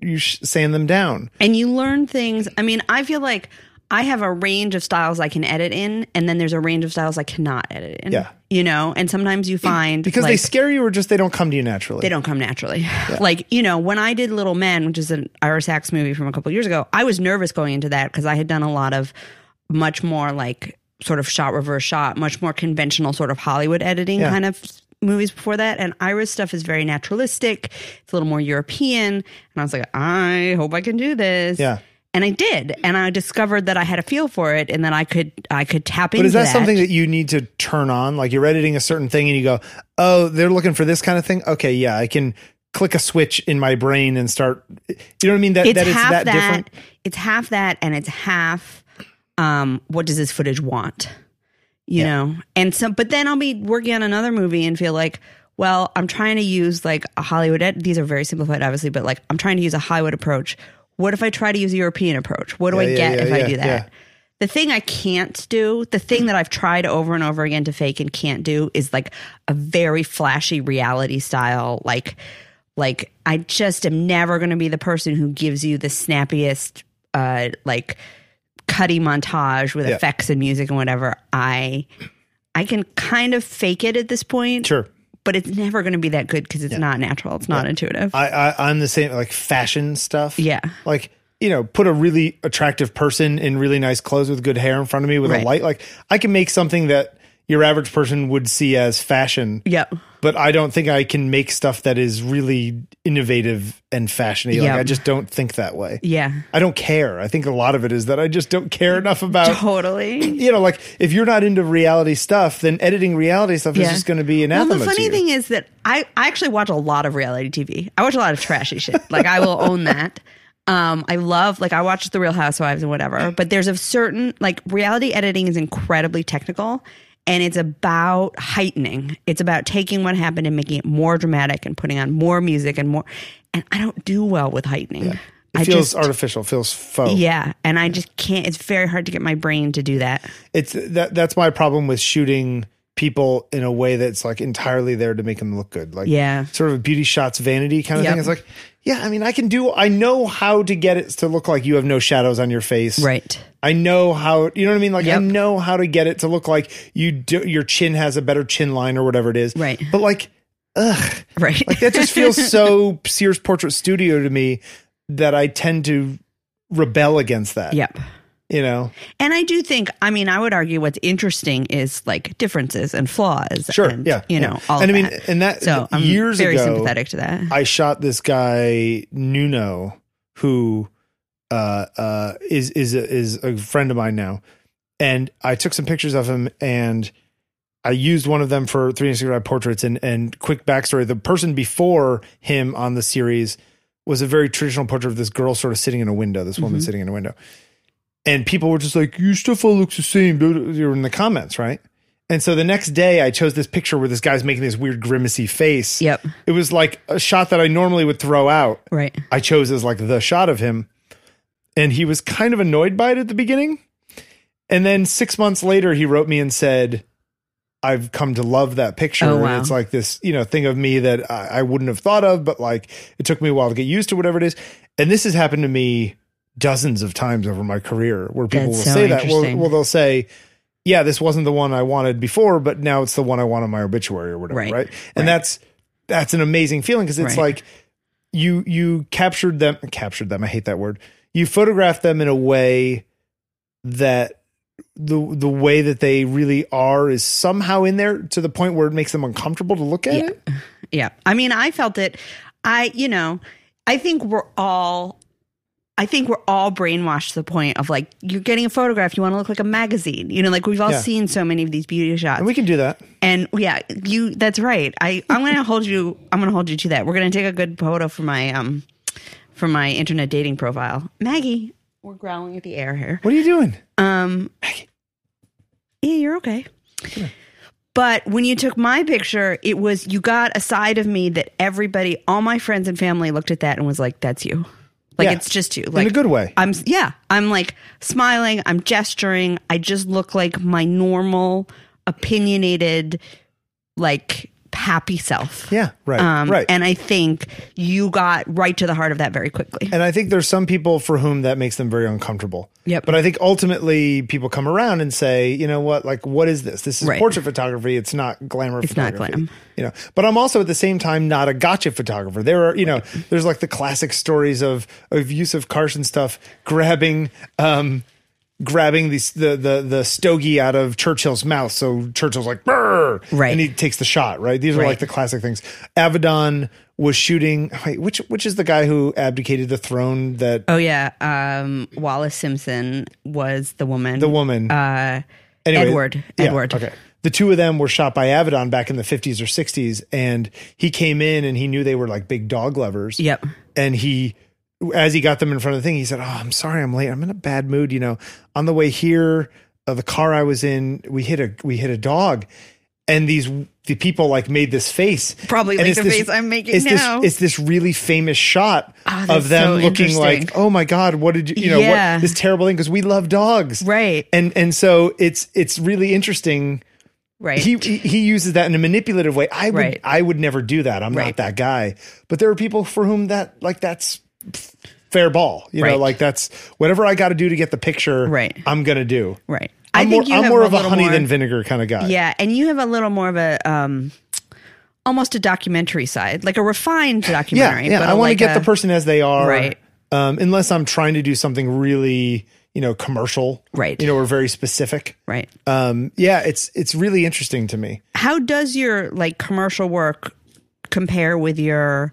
[SPEAKER 2] you sh- sand them down.
[SPEAKER 1] And you learn things. I mean, I feel like I have a range of styles I can edit in, and then there's a range of styles I cannot edit in.
[SPEAKER 2] Yeah.
[SPEAKER 1] You know, and sometimes you find
[SPEAKER 2] Because they
[SPEAKER 1] like,
[SPEAKER 2] scare you, or just they don't come to you naturally.
[SPEAKER 1] they don't come naturally. Like, you know, when I did Little Men, which is an Iris Sachs movie from a couple years ago, I was nervous going into that because I had done a lot of much more like sort of shot reverse shot, much more conventional sort of Hollywood editing
[SPEAKER 2] Yeah.
[SPEAKER 1] kind of movies before that. And Iris stuff is very naturalistic. It's a little more European. And I was like, I hope I can do this.
[SPEAKER 2] Yeah.
[SPEAKER 1] And I did. And I discovered that I had a feel for it and that I could I could tap into
[SPEAKER 2] But is that, something that you need to turn on? Like you're editing a certain thing, and you go, "Oh, they're looking for this kind of thing." Okay, yeah, I can click a switch in my brain and start. You know what I mean? That
[SPEAKER 1] it's
[SPEAKER 2] that it's
[SPEAKER 1] half
[SPEAKER 2] that, different.
[SPEAKER 1] It's half that, and it's half. Um, what does this footage want? You know, and some. But then I'll be working on another movie and feel like, well, I'm trying to use like a Hollywood. Ed- These are very simplified, obviously, but like I'm trying to use a Hollywood approach. What if I try to use a European approach? What do I
[SPEAKER 2] yeah,
[SPEAKER 1] get
[SPEAKER 2] yeah,
[SPEAKER 1] if
[SPEAKER 2] yeah,
[SPEAKER 1] I do that?
[SPEAKER 2] yeah.
[SPEAKER 1] The thing I can't do, the thing that I've tried over and over again to fake and can't do is like a very flashy reality style like like I just am never going to be the person who gives you the snappiest uh like cutty montage with
[SPEAKER 2] Yeah.
[SPEAKER 1] effects and music and whatever. I I can kind of fake it at this point,
[SPEAKER 2] Sure.
[SPEAKER 1] but it's never going to be that good cuz it's not natural. It's not intuitive.
[SPEAKER 2] I, I I'm the same like fashion stuff.
[SPEAKER 1] Yeah.
[SPEAKER 2] Like, you know, put a really attractive person in really nice clothes with good hair in front of me with a
[SPEAKER 1] Right.
[SPEAKER 2] light. Like I can make something that your average person would see as fashion.
[SPEAKER 1] yep.
[SPEAKER 2] But I don't think I can make stuff that is really innovative and fashiony. Like
[SPEAKER 1] Yeah.
[SPEAKER 2] I just don't think that way.
[SPEAKER 1] Yeah.
[SPEAKER 2] I don't care. I think a lot of it is that I just don't care enough about
[SPEAKER 1] Totally.
[SPEAKER 2] you know, like if you're not into reality stuff, then editing reality stuff is
[SPEAKER 1] Yeah.
[SPEAKER 2] just going to be anathema.
[SPEAKER 1] Well, the
[SPEAKER 2] to
[SPEAKER 1] funny
[SPEAKER 2] you.
[SPEAKER 1] thing is that I, I actually watch a lot of reality TV. I watch a lot of trashy shit. Like I will own that. Um, I love like I watch The Real Housewives and whatever, but there's a certain like reality editing is incredibly technical and it's about heightening. It's about taking what happened and making it more dramatic and putting on more music and more and I don't do well with heightening.
[SPEAKER 2] it
[SPEAKER 1] I
[SPEAKER 2] feels
[SPEAKER 1] just
[SPEAKER 2] artificial, feels faux.
[SPEAKER 1] yeah, and I just can't it's very hard to get my brain to do that.
[SPEAKER 2] it's that that's my problem with shooting people in a way that's like entirely there to make them look good like
[SPEAKER 1] Yeah.
[SPEAKER 2] sort of a beauty shots vanity kind of
[SPEAKER 1] Yep.
[SPEAKER 2] thing it's like yeah i mean i can do i know how to get it to look like you have no shadows on your face
[SPEAKER 1] Right.
[SPEAKER 2] i know how you know what i mean like i
[SPEAKER 1] Yep.
[SPEAKER 2] know how to get it to look like you do your chin has a better chin line or whatever it is
[SPEAKER 1] Right.
[SPEAKER 2] but like
[SPEAKER 1] Right.
[SPEAKER 2] like that just feels so sears portrait studio to me that i tend to rebel against that
[SPEAKER 1] yep.
[SPEAKER 2] you know
[SPEAKER 1] And I do think, I mean, I would argue what's interesting is like differences and flaws.
[SPEAKER 2] Sure.
[SPEAKER 1] And,
[SPEAKER 2] yeah.
[SPEAKER 1] You
[SPEAKER 2] yeah.
[SPEAKER 1] know, all
[SPEAKER 2] and
[SPEAKER 1] of
[SPEAKER 2] I mean,
[SPEAKER 1] that.
[SPEAKER 2] and that
[SPEAKER 1] so I'm
[SPEAKER 2] years
[SPEAKER 1] very
[SPEAKER 2] ago,
[SPEAKER 1] sympathetic to that.
[SPEAKER 2] I shot this guy Nuno, who uh, uh, is is a, is a friend of mine now, and I took some pictures of him, and I used one of them for three Instagram portraits. And and quick backstory: the person before him on the series was a very traditional portrait of this girl, sort of sitting in a window. This woman sitting in a window, and people were just like, "Your stuff all looks the same." blah, blah," They were in the comments, right? And so the next day, I chose this picture where this guy's making this weird grimacy face.
[SPEAKER 1] Yep.
[SPEAKER 2] It was like a shot that I normally would throw out.
[SPEAKER 1] Right.
[SPEAKER 2] I chose as like the shot of him. And he was kind of annoyed by it at the beginning. And then six months later, he wrote me and said, I've come to love that picture.
[SPEAKER 1] Oh,
[SPEAKER 2] And
[SPEAKER 1] wow.
[SPEAKER 2] it's like this, you know, thing of me that I, I wouldn't have thought of, but like it took me a while to get used to whatever it is. And this has happened to me dozens of times over my career where people
[SPEAKER 1] That's
[SPEAKER 2] will
[SPEAKER 1] so
[SPEAKER 2] say that. Well,
[SPEAKER 1] interesting.
[SPEAKER 2] well, they'll say, yeah, this wasn't the one I wanted before, but now it's the one I want on my obituary or whatever.
[SPEAKER 1] Right.
[SPEAKER 2] Right.
[SPEAKER 1] Right.
[SPEAKER 2] And that's, that's an amazing feeling because it's
[SPEAKER 1] Right.
[SPEAKER 2] like you, you captured them, captured them. I hate that word. You photographed them in a way that the the way that they really are is somehow in there to the point where it makes them uncomfortable to look at
[SPEAKER 1] Yeah.
[SPEAKER 2] it.
[SPEAKER 1] Yeah. I mean, I felt it. I, you know, I think we're all, I think we're all brainwashed to the point of like, you're getting a photograph, you want to look like a magazine. You know, like we've all
[SPEAKER 2] Yeah.
[SPEAKER 1] seen so many of these beauty shots.
[SPEAKER 2] And we can do that.
[SPEAKER 1] And yeah, you that's right. I I'm going to hold you I'm going to hold you to that. We're going to take a good photo for my um for my internet dating profile. Maggie, we're growling at the air here.
[SPEAKER 2] What are you doing?
[SPEAKER 1] Um Yeah, you're okay. But when you took my picture, it was you got a side of me that everybody, all my friends and family looked at that and was like that's you. Like
[SPEAKER 2] Yeah.
[SPEAKER 1] it's just you. Like uh,
[SPEAKER 2] in a good way.
[SPEAKER 1] I'm yeah, I'm like smiling, I'm gesturing, I just look like my normal opinionated like happy self.
[SPEAKER 2] yeah. Right.
[SPEAKER 1] Um
[SPEAKER 2] right.
[SPEAKER 1] and I think you got right to the heart of that very quickly.
[SPEAKER 2] And I think there's some people for whom that makes them very uncomfortable.
[SPEAKER 1] Yep.
[SPEAKER 2] But I think ultimately people come around and say, you know what, like, what is this? This is
[SPEAKER 1] Right.
[SPEAKER 2] portrait photography. It's not glamour it's
[SPEAKER 1] not
[SPEAKER 2] photography.
[SPEAKER 1] glam.
[SPEAKER 2] You know, but I'm also at the same time not a gotcha photographer. There are, you know, there's like the classic stories of, of Yusuf Carson stuff grabbing, um, grabbing the, the the the stogie out of Churchill's mouth. So Churchill's like, Brr!
[SPEAKER 1] Right.
[SPEAKER 2] and he takes the shot. Right. These are
[SPEAKER 1] Right.
[SPEAKER 2] like the classic things. Avedon was shooting. Wait, which which is the guy who abdicated the throne? That
[SPEAKER 1] oh yeah, um Wallace Simpson was the woman.
[SPEAKER 2] the woman.
[SPEAKER 1] uh
[SPEAKER 2] Anyway,
[SPEAKER 1] Edward.
[SPEAKER 2] yeah,
[SPEAKER 1] Edward.
[SPEAKER 2] Okay. The two of them were shot by Avedon back in the 50s or 60s, and he came in and he knew they were like big dog lovers.
[SPEAKER 1] Yep.
[SPEAKER 2] and he as he got them in front of the thing he said oh i'm sorry i'm late i'm in a bad mood you know on the way here uh, the car i was in we hit a we hit a dog and these the people like made this face
[SPEAKER 1] Probably
[SPEAKER 2] And
[SPEAKER 1] like
[SPEAKER 2] it's
[SPEAKER 1] the face I'm making
[SPEAKER 2] it's
[SPEAKER 1] now.
[SPEAKER 2] This, it's this really famous shot
[SPEAKER 1] Ah, that's
[SPEAKER 2] of them
[SPEAKER 1] so
[SPEAKER 2] looking like
[SPEAKER 1] interesting.
[SPEAKER 2] oh my god what did you you know
[SPEAKER 1] Yeah.
[SPEAKER 2] what this terrible thing because we love dogs
[SPEAKER 1] Right.
[SPEAKER 2] and and so it's it's really interesting
[SPEAKER 1] Right.
[SPEAKER 2] he he he uses that in a manipulative way. I would
[SPEAKER 1] Right.
[SPEAKER 2] I would never do that. I'm
[SPEAKER 1] Right.
[SPEAKER 2] not that guy. But there are people for whom that like that's fair ball. You know,
[SPEAKER 1] Right.
[SPEAKER 2] like that's whatever I got to do to get the picture.
[SPEAKER 1] Right.
[SPEAKER 2] I'm gonna do.
[SPEAKER 1] right.
[SPEAKER 2] I'm more, I'm more of a
[SPEAKER 1] little
[SPEAKER 2] honey
[SPEAKER 1] more-
[SPEAKER 2] than vinegar kind of guy.
[SPEAKER 1] Yeah, and you have a little more of a um almost a documentary side, like a refined
[SPEAKER 2] yeah.
[SPEAKER 1] documentary.
[SPEAKER 2] yeah.
[SPEAKER 1] but
[SPEAKER 2] I
[SPEAKER 1] a-
[SPEAKER 2] want to
[SPEAKER 1] like
[SPEAKER 2] get
[SPEAKER 1] a-
[SPEAKER 2] the person as they are.
[SPEAKER 1] Right.
[SPEAKER 2] Um, unless I'm trying to do something really, you know, commercial.
[SPEAKER 1] Right.
[SPEAKER 2] You know, or very specific.
[SPEAKER 1] right.
[SPEAKER 2] Um, yeah, it's it's really interesting to me.
[SPEAKER 1] How does your like commercial work compare with your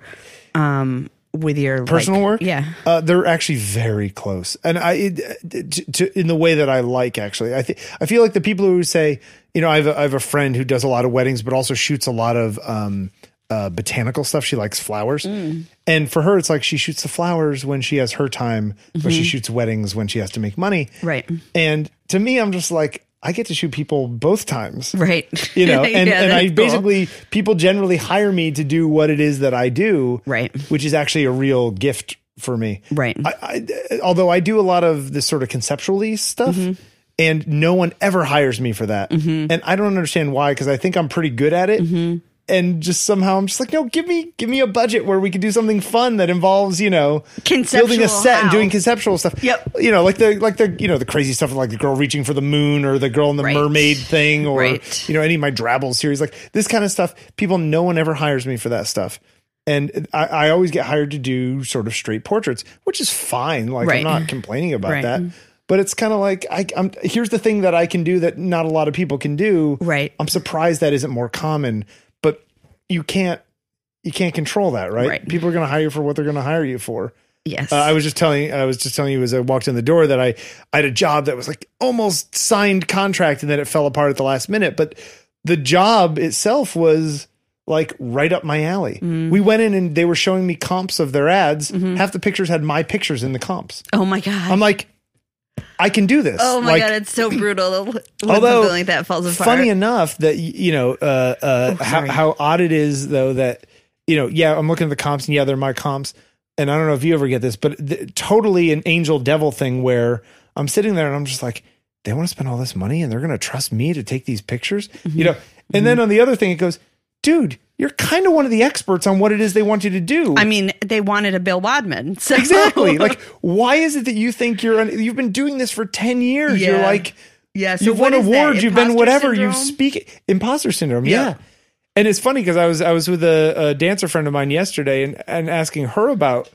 [SPEAKER 1] um with your like-
[SPEAKER 2] personal work
[SPEAKER 1] Yeah.
[SPEAKER 2] uh, they're actually very close and i it, to, to, in the way that i like actually i think i feel like the people who say you know I have, a, I have a friend who does a lot of weddings but also shoots a lot of um uh, botanical stuff she likes flowers
[SPEAKER 1] Mm.
[SPEAKER 2] and for her it's like she shoots the flowers when she has her time but she shoots weddings when she has to make money
[SPEAKER 1] Mm-hmm. Right.
[SPEAKER 2] and to me i'm just like i get to shoot people both times
[SPEAKER 1] Right.
[SPEAKER 2] you know and,
[SPEAKER 1] Yeah,
[SPEAKER 2] and
[SPEAKER 1] that's
[SPEAKER 2] i
[SPEAKER 1] cool.
[SPEAKER 2] basically people generally hire me to do what it is that i do
[SPEAKER 1] Right.
[SPEAKER 2] which is actually a real gift for me
[SPEAKER 1] Right.
[SPEAKER 2] I, I, although i do a lot of this sort of conceptually stuff
[SPEAKER 1] Mm-hmm.
[SPEAKER 2] and no one ever hires me for that and i don't understand why because i think i'm pretty good at it
[SPEAKER 1] Mm-hmm.
[SPEAKER 2] and just somehow i'm just like no give me give me a budget where we can do something fun that involves you know building
[SPEAKER 1] Conceptual
[SPEAKER 2] a set and
[SPEAKER 1] how.
[SPEAKER 2] doing conceptual stuff
[SPEAKER 1] Yep.
[SPEAKER 2] you know like the like the you know the crazy stuff like the girl reaching for the moon or the girl in the
[SPEAKER 1] Right.
[SPEAKER 2] mermaid thing or
[SPEAKER 1] Right.
[SPEAKER 2] you know any of my drabble series like this kind of stuff people no one ever hires me for that stuff and I, I always get hired to do sort of straight portraits which is fine like
[SPEAKER 1] Right.
[SPEAKER 2] i'm not complaining about
[SPEAKER 1] Right.
[SPEAKER 2] that but it's kind of like I, i'm here's the thing that i can do that not a lot of people can do
[SPEAKER 1] Right.
[SPEAKER 2] i'm surprised that isn't more common but you can't you can't control that right,
[SPEAKER 1] Right.
[SPEAKER 2] people are going to hire you for what they're going to hire you for
[SPEAKER 1] Yes.
[SPEAKER 2] uh, I was just telling I was just telling you as I walked in the door that I I had a job that was like almost signed contract and then it fell apart at the last minute. But the job itself was like right up my alley.
[SPEAKER 1] Mm-hmm.
[SPEAKER 2] We went in and they were showing me comps of their ads. Half the pictures had my pictures in the comps.
[SPEAKER 1] oh my god.
[SPEAKER 2] I'm like, I can do this.
[SPEAKER 1] oh my
[SPEAKER 2] Like,
[SPEAKER 1] god, it's so brutal. when
[SPEAKER 2] Although,
[SPEAKER 1] something like that falls apart.
[SPEAKER 2] funny enough that y- you know uh, uh, how,
[SPEAKER 1] sorry.
[SPEAKER 2] how odd it is though that you know yeah i'm looking at the comps and yeah they're my comps and i don't know if you ever get this but th- totally an angel devil thing where i'm sitting there and i'm just like they want to spend all this money and they're going to trust me to take these pictures you know And then on the other thing, it goes, dude, you're kind of one of the experts on what it is they want you to do.
[SPEAKER 1] I mean, they wanted a Bill Wadman. So.
[SPEAKER 2] exactly. like, why is it that you think you're? Un- you've been doing this for ten years. You're
[SPEAKER 1] Yeah.
[SPEAKER 2] like,
[SPEAKER 1] yeah, so
[SPEAKER 2] you've
[SPEAKER 1] what
[SPEAKER 2] won
[SPEAKER 1] is that?
[SPEAKER 2] awards. You've been
[SPEAKER 1] Imposter
[SPEAKER 2] whatever. You
[SPEAKER 1] syndrome?
[SPEAKER 2] speak imposter syndrome.
[SPEAKER 1] Yeah.
[SPEAKER 2] Yeah. And it's funny because I was I was with a, a dancer friend of mine yesterday and, and asking her about,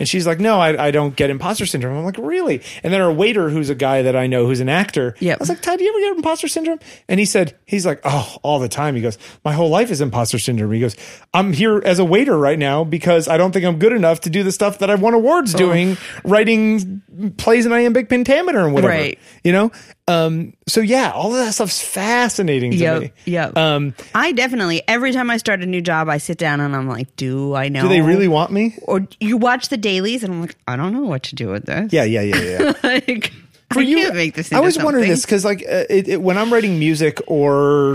[SPEAKER 2] and she's like, "No, I, I don't get imposter syndrome." I'm like, "Really?" And then our waiter, who's a guy that I know, who's an actor,
[SPEAKER 1] Yep.
[SPEAKER 2] I was like, "Todd, do you ever get imposter syndrome?" And he said, "He's like, oh, all the time." He goes, "My whole life is imposter syndrome." He goes, "I'm here as a waiter right now because I don't think I'm good enough to do the stuff that I've won
[SPEAKER 1] Oh.
[SPEAKER 2] awards doing, writing plays in iambic pentameter and whatever."
[SPEAKER 1] Right.
[SPEAKER 2] you know um so yeah all of that stuff's fascinating to me
[SPEAKER 1] Yep, yep.
[SPEAKER 2] um
[SPEAKER 1] I definitely every time I start a new job, I sit down and I'm like, do I know?
[SPEAKER 2] do they really want me
[SPEAKER 1] Or you watch the dailies, and I'm like, I don't know what to do with this.
[SPEAKER 2] yeah yeah yeah yeah
[SPEAKER 1] like, I can't make this.
[SPEAKER 2] i always
[SPEAKER 1] into
[SPEAKER 2] wonder
[SPEAKER 1] something.
[SPEAKER 2] this because like uh, it, it, when i'm writing music or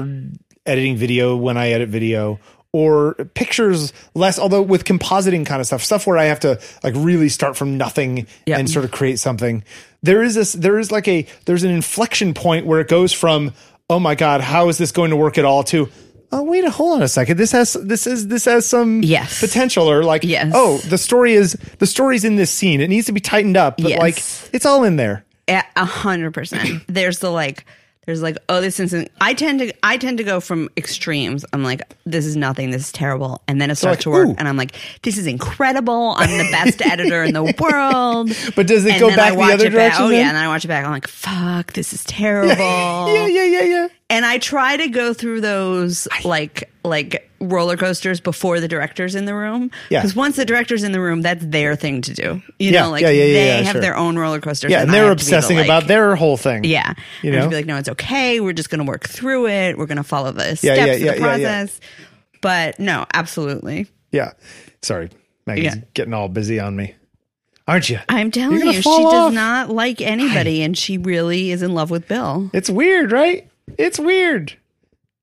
[SPEAKER 2] editing video when i edit video or pictures less although with compositing kind of stuff stuff where i have to like really start from nothing
[SPEAKER 1] Yeah.
[SPEAKER 2] and sort of create something there is this there is like a there's an inflection point where it goes from oh my god how is this going to work at all to oh wait a hold on a second this has this is this has some
[SPEAKER 1] Yes.
[SPEAKER 2] potential or like
[SPEAKER 1] Yes.
[SPEAKER 2] oh the story is the story's in this scene it needs to be tightened up but
[SPEAKER 1] Yes.
[SPEAKER 2] like it's all in there
[SPEAKER 1] A- a hundred percent. There's the like. There's like, oh, this isn't. I tend to, I tend to go from extremes. I'm like, this is nothing. This is terrible. And then it starts to
[SPEAKER 2] like,
[SPEAKER 1] work,
[SPEAKER 2] ooh.
[SPEAKER 1] and I'm like, this is incredible. I'm the best editor in the world.
[SPEAKER 2] But does it
[SPEAKER 1] And
[SPEAKER 2] go
[SPEAKER 1] then
[SPEAKER 2] back
[SPEAKER 1] I
[SPEAKER 2] the
[SPEAKER 1] watch
[SPEAKER 2] other
[SPEAKER 1] it back-
[SPEAKER 2] direction
[SPEAKER 1] Oh yeah,
[SPEAKER 2] then?
[SPEAKER 1] and then I watch it back. I'm like, fuck, this is terrible.
[SPEAKER 2] yeah yeah yeah yeah
[SPEAKER 1] and I try to go through those like like roller coasters before the director's in the room.
[SPEAKER 2] Yeah.
[SPEAKER 1] Because once the director's in the room, that's their thing to do. You
[SPEAKER 2] Yeah,
[SPEAKER 1] know, like
[SPEAKER 2] yeah, yeah, yeah,
[SPEAKER 1] they
[SPEAKER 2] yeah,
[SPEAKER 1] have
[SPEAKER 2] sure.
[SPEAKER 1] their own roller coasters.
[SPEAKER 2] yeah and
[SPEAKER 1] I
[SPEAKER 2] they're
[SPEAKER 1] have to be the,
[SPEAKER 2] obsessing
[SPEAKER 1] like-
[SPEAKER 2] about their whole thing
[SPEAKER 1] yeah.
[SPEAKER 2] You
[SPEAKER 1] and I have to
[SPEAKER 2] know?
[SPEAKER 1] be like, no, it's okay. We're just going to work through it. We're going to follow the steps
[SPEAKER 2] Yeah, yeah,
[SPEAKER 1] of
[SPEAKER 2] yeah,
[SPEAKER 1] the
[SPEAKER 2] yeah, yeah.
[SPEAKER 1] process. But no, absolutely.
[SPEAKER 2] yeah sorry maggie's
[SPEAKER 1] Yeah.
[SPEAKER 2] getting all busy on me aren't you
[SPEAKER 1] I'm telling
[SPEAKER 2] You're
[SPEAKER 1] you,
[SPEAKER 2] gonna
[SPEAKER 1] she
[SPEAKER 2] fall
[SPEAKER 1] does
[SPEAKER 2] off.
[SPEAKER 1] not like anybody, and she really is in love with Bill.
[SPEAKER 2] It's weird, right? It's weird.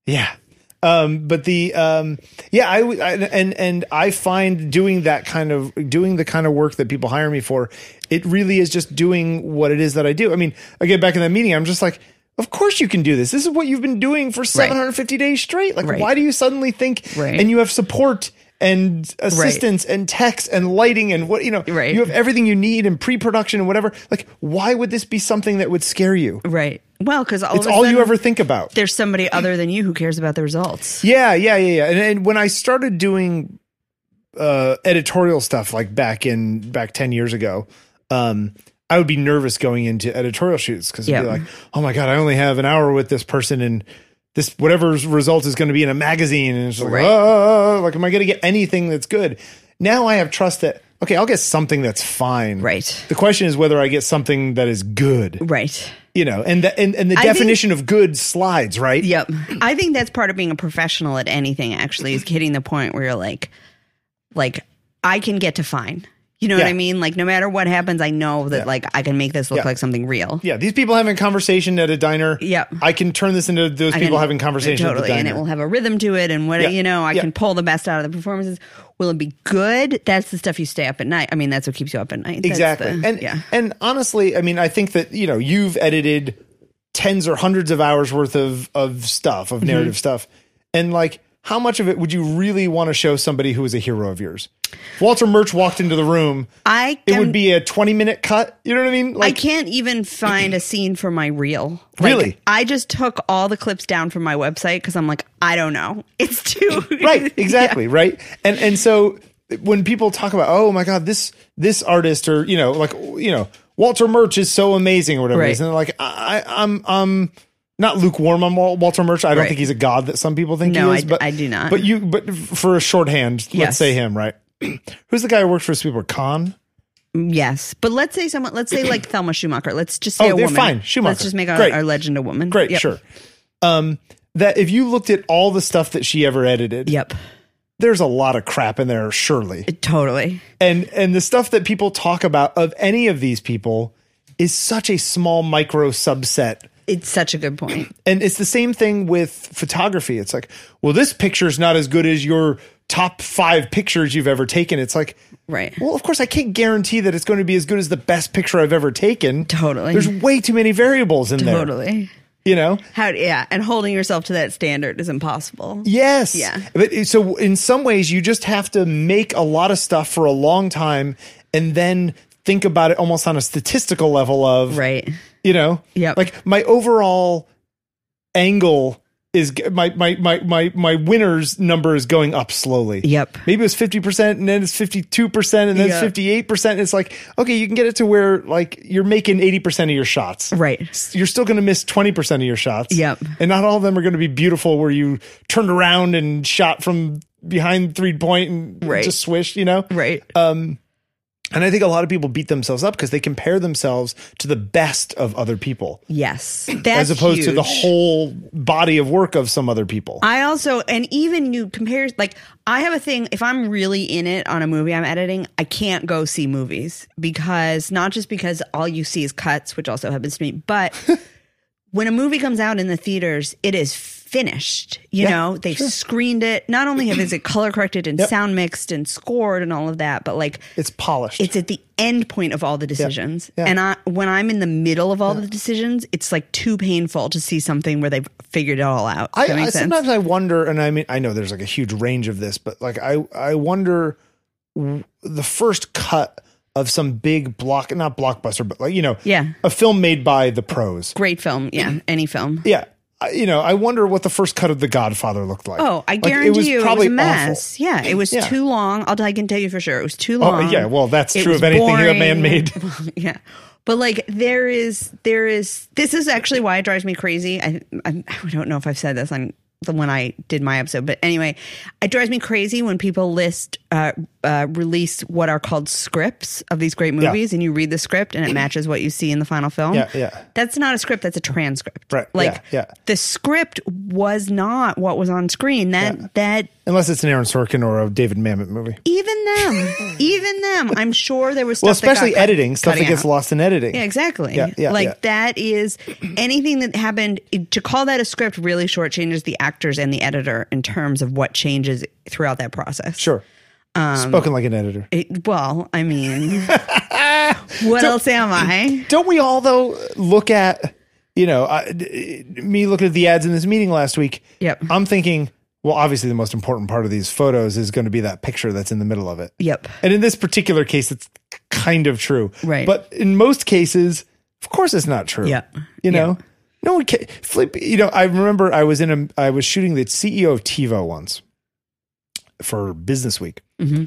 [SPEAKER 2] Yeah. Um, but the um, yeah, I, w- I- and and I find doing that kind of doing the kind of work that people hire me for, it really is just doing what it is that I do. I mean, I get back in that meeting, I'm just like, of course you can do this. This is what you've been doing for 750 days straight. Like,
[SPEAKER 1] Right.
[SPEAKER 2] why do you suddenly think?
[SPEAKER 1] Right.
[SPEAKER 2] And you have support and assistance and text and lighting and what you know.
[SPEAKER 1] Right.
[SPEAKER 2] You have everything you need in pre-production and whatever. Like, why would this be something that would scare you?
[SPEAKER 1] Right. Well, because all
[SPEAKER 2] It's
[SPEAKER 1] of a
[SPEAKER 2] all
[SPEAKER 1] sudden,
[SPEAKER 2] you ever think about.
[SPEAKER 1] there's somebody other than you who cares about the results.
[SPEAKER 2] Yeah, yeah, yeah, yeah. And, and when I started doing uh, editorial stuff, like back in back ten years ago, um, I would be nervous going into editorial shoots because
[SPEAKER 1] Yeah.
[SPEAKER 2] be like, oh my god, I only have an hour with this person and. This whatever result is going to be in a magazine, and it's like,
[SPEAKER 1] Right.
[SPEAKER 2] oh, like, am I going to get anything that's good? Now I have trust that okay, I'll get something that's fine.
[SPEAKER 1] Right.
[SPEAKER 2] The question is whether I get something that is good,
[SPEAKER 1] Right.
[SPEAKER 2] you know, and the, and, and the
[SPEAKER 1] think-
[SPEAKER 2] definition of good slides, right?
[SPEAKER 1] Yep. I think that's part of being a professional at anything actually is hitting the point where you're like like I can get to fine. You know what
[SPEAKER 2] Yeah.
[SPEAKER 1] I mean? Like no matter what happens, I know that like I can make this look
[SPEAKER 2] Yeah.
[SPEAKER 1] like something real.
[SPEAKER 2] Yeah, these people having a conversation at a diner.
[SPEAKER 1] Yep.
[SPEAKER 2] I can turn this into those
[SPEAKER 1] I
[SPEAKER 2] people
[SPEAKER 1] can-
[SPEAKER 2] having conversation at the
[SPEAKER 1] totally,
[SPEAKER 2] diner.
[SPEAKER 1] and it will have a rhythm to it, and what
[SPEAKER 2] Yeah.
[SPEAKER 1] you know, I
[SPEAKER 2] Yeah.
[SPEAKER 1] can pull the best out of the performances. Will it be good? That's the stuff you stay up at night. I mean, that's what keeps you up at night. That's
[SPEAKER 2] exactly.
[SPEAKER 1] the-
[SPEAKER 2] and
[SPEAKER 1] yeah,
[SPEAKER 2] and honestly, I mean, I think that, you know, you've edited tens or hundreds of hours worth of of stuff,
[SPEAKER 1] Mm-hmm.
[SPEAKER 2] of narrative stuff. And like how much of it would you really want to show somebody who is a hero of yours? If Walter Murch walked into the room.
[SPEAKER 1] I
[SPEAKER 2] it
[SPEAKER 1] can-
[SPEAKER 2] would be a 20 minute cut. You know what I mean?
[SPEAKER 1] I
[SPEAKER 2] Like
[SPEAKER 1] can't even find a scene for my reel. Like,
[SPEAKER 2] Really?
[SPEAKER 1] I just took all the clips down from my website because I'm like, I don't know. It's too
[SPEAKER 2] right exactly right and and so when people talk about oh my god this this artist or you know like you know walter murch is so amazing or whatever it is
[SPEAKER 1] Right.
[SPEAKER 2] and they're like I, I i'm i'm not lukewarm on Wal- Walter Murch. I don't
[SPEAKER 1] Right.
[SPEAKER 2] think he's a god that some people think
[SPEAKER 1] No,
[SPEAKER 2] he is.
[SPEAKER 1] I-
[SPEAKER 2] but
[SPEAKER 1] I do not.
[SPEAKER 2] But you, but for a shorthand, let's
[SPEAKER 1] Yes.
[SPEAKER 2] say him, right? Who's the guy who works for Sweetwater? Khan.
[SPEAKER 1] Yes, but let's say someone. Let's say like Thelma Schumacher. Let's just say
[SPEAKER 2] Oh,
[SPEAKER 1] a
[SPEAKER 2] they're
[SPEAKER 1] woman.
[SPEAKER 2] fine. Schumacher.
[SPEAKER 1] Let's just make our,
[SPEAKER 2] Great.
[SPEAKER 1] our legend a woman.
[SPEAKER 2] Great,
[SPEAKER 1] Yep.
[SPEAKER 2] sure. Um, that if you looked at all the stuff that she ever edited,
[SPEAKER 1] Yep.
[SPEAKER 2] there's a lot of crap in there, surely.
[SPEAKER 1] Totally.
[SPEAKER 2] and and the stuff that people talk about of any of these people is such a small micro subset
[SPEAKER 1] It's such a good point.
[SPEAKER 2] and it's the same thing with photography it's like well this picture's not as good as your top 5 pictures you've ever taken it's like
[SPEAKER 1] Right.
[SPEAKER 2] well of course i can't guarantee that it's going to be as good as the best picture i've ever taken
[SPEAKER 1] Totally.
[SPEAKER 2] there's way too many variables in there
[SPEAKER 1] Totally.
[SPEAKER 2] you know?
[SPEAKER 1] How yeah, and holding yourself to that standard is impossible.
[SPEAKER 2] Yes.
[SPEAKER 1] Yeah.
[SPEAKER 2] But it- so in some ways, you just have to make a lot of stuff for a long time and then think about it almost on a statistical level of,
[SPEAKER 1] Right.
[SPEAKER 2] you know,
[SPEAKER 1] Yep.
[SPEAKER 2] like my overall angle is g- my, my, my, my, my winner's number is going up slowly.
[SPEAKER 1] Yep.
[SPEAKER 2] Maybe it's 50% and then it's 52% and then
[SPEAKER 1] Yeah.
[SPEAKER 2] it's 58%. And it's like, okay, you can get it to where like you're making 80% of your shots
[SPEAKER 1] Right.
[SPEAKER 2] you're still going to miss 20% of your shots.
[SPEAKER 1] Yep.
[SPEAKER 2] And not all of them are going to be beautiful where you turned around and shot from behind three point and
[SPEAKER 1] Right.
[SPEAKER 2] just swished, you know?
[SPEAKER 1] Right.
[SPEAKER 2] Uh, And I think a lot of people beat themselves up because they compare themselves to the best of other people
[SPEAKER 1] yes. That's
[SPEAKER 2] as opposed to the
[SPEAKER 1] huge. Uh,
[SPEAKER 2] whole body of work of some other people.
[SPEAKER 1] I also, and even you compare, like, I have a thing, if I'm really in it on a movie I'm editing, I can't go see movies because not just because all you see is cuts, which also happens to me, but when a movie comes out in the theaters, it is finished. You know, they've screened it. Not only have is it color corrected and sound mixed and scored and all of that, but like,
[SPEAKER 2] it's polished.
[SPEAKER 1] it's at the end point of all the decisions.
[SPEAKER 2] Yeah.
[SPEAKER 1] And I, when I'm in the middle of all the decisions, it's like too painful to see something where they've figured it all out. Does
[SPEAKER 2] I,
[SPEAKER 1] that
[SPEAKER 2] I
[SPEAKER 1] make sense?
[SPEAKER 2] sometimes I wonder, and I mean, I know there's like a huge range of this, but like I, I wonder w- the first cut of some big block, not blockbuster, but like you know,
[SPEAKER 1] Yeah.
[SPEAKER 2] a film made by the pros.
[SPEAKER 1] Great film. Yeah. Any film.
[SPEAKER 2] Yeah. I- You know, I wonder what the first cut of The Godfather looked like.
[SPEAKER 1] Oh, I
[SPEAKER 2] Like,
[SPEAKER 1] guarantee you it was a mess. Yeah. It was
[SPEAKER 2] Yeah.
[SPEAKER 1] too long. I'll, I can tell you for sure. It was too
[SPEAKER 2] awful.
[SPEAKER 1] long.
[SPEAKER 2] Oh, yeah, well, that's
[SPEAKER 1] It
[SPEAKER 2] true
[SPEAKER 1] was
[SPEAKER 2] of anything that
[SPEAKER 1] boring.
[SPEAKER 2] man made.
[SPEAKER 1] yeah. But like there is, there is, this is actually why it drives me crazy. I, I, I don't know if I've said this on the when I did my episode, but anyway, it drives me crazy when people list, uh, uh, release what are called scripts of these great movies and you read the script and it matches what you see in the final film.
[SPEAKER 2] Yeah, yeah.
[SPEAKER 1] That's not a script. That's a transcript.
[SPEAKER 2] Right,
[SPEAKER 1] Like
[SPEAKER 2] yeah, yeah.
[SPEAKER 1] the script was not what was on screen. That, that,
[SPEAKER 2] Unless it's an Aaron Sorkin or a David Mamet movie.
[SPEAKER 1] even them, even them, I'm sure there was stuff
[SPEAKER 2] Well,
[SPEAKER 1] that got
[SPEAKER 2] especially
[SPEAKER 1] cut-
[SPEAKER 2] editing, stuff that
[SPEAKER 1] cutting
[SPEAKER 2] gets
[SPEAKER 1] out.
[SPEAKER 2] lost in editing.
[SPEAKER 1] Yeah, exactly.
[SPEAKER 2] Yeah, yeah,
[SPEAKER 1] like
[SPEAKER 2] yeah.
[SPEAKER 1] that is anything that happened to call that a script really shortchanges the actors and the editor in terms of what changes throughout that process.
[SPEAKER 2] Sure.
[SPEAKER 1] Um,
[SPEAKER 2] Spoken like an editor.
[SPEAKER 1] It- well, I mean, what else am I?
[SPEAKER 2] Don't we all, though, look at, you know, I, d- me looking at the ads in this meeting last week?
[SPEAKER 1] Yep.
[SPEAKER 2] I'm thinking, well, obviously the most important part of these photos is going to be that picture that's in the middle of it.
[SPEAKER 1] Yep.
[SPEAKER 2] And in this particular case, it's kind of true.
[SPEAKER 1] Right.
[SPEAKER 2] But in most cases, of course, it's not true.
[SPEAKER 1] Yeah.
[SPEAKER 2] You know, no one can flip. You know, I remember I was in a, I was shooting the CEO of TiVo once for Business Week.
[SPEAKER 1] Mm-hmm.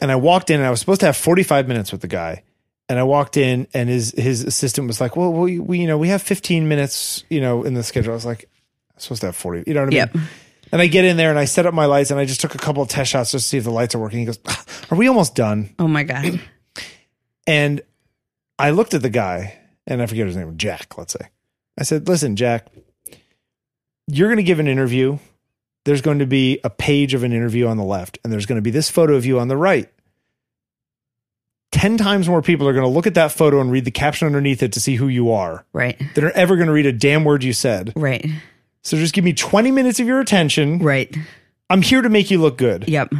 [SPEAKER 2] And I walked in and I was supposed to have 45 minutes with the guy. And I walked in and his, his assistant was like, well, we, we, you know, we have 15 minutes, you know, in the schedule. I was like, I'm supposed to have 40, you know what I mean?
[SPEAKER 1] Yep.
[SPEAKER 2] And I get in there and I set up my lights and I just took a couple of test shots just to see if the lights are working. He goes, "Ah, Are we almost done?
[SPEAKER 1] Oh my god.
[SPEAKER 2] And I looked at the guy and I forget his name, Jack, let's say. I said, Listen, Jack, you're going to give an interview. There's going to be a page of an interview on the left and there's going to be this photo of you on the right. 10 times more people are going to look at that photo and read the caption underneath it to see who you are
[SPEAKER 1] Right.
[SPEAKER 2] than are ever going to read a damn word you said.
[SPEAKER 1] Right.
[SPEAKER 2] So just give me 20 minutes of your attention.
[SPEAKER 1] Right.
[SPEAKER 2] I'm here to make you look good.
[SPEAKER 1] Yep.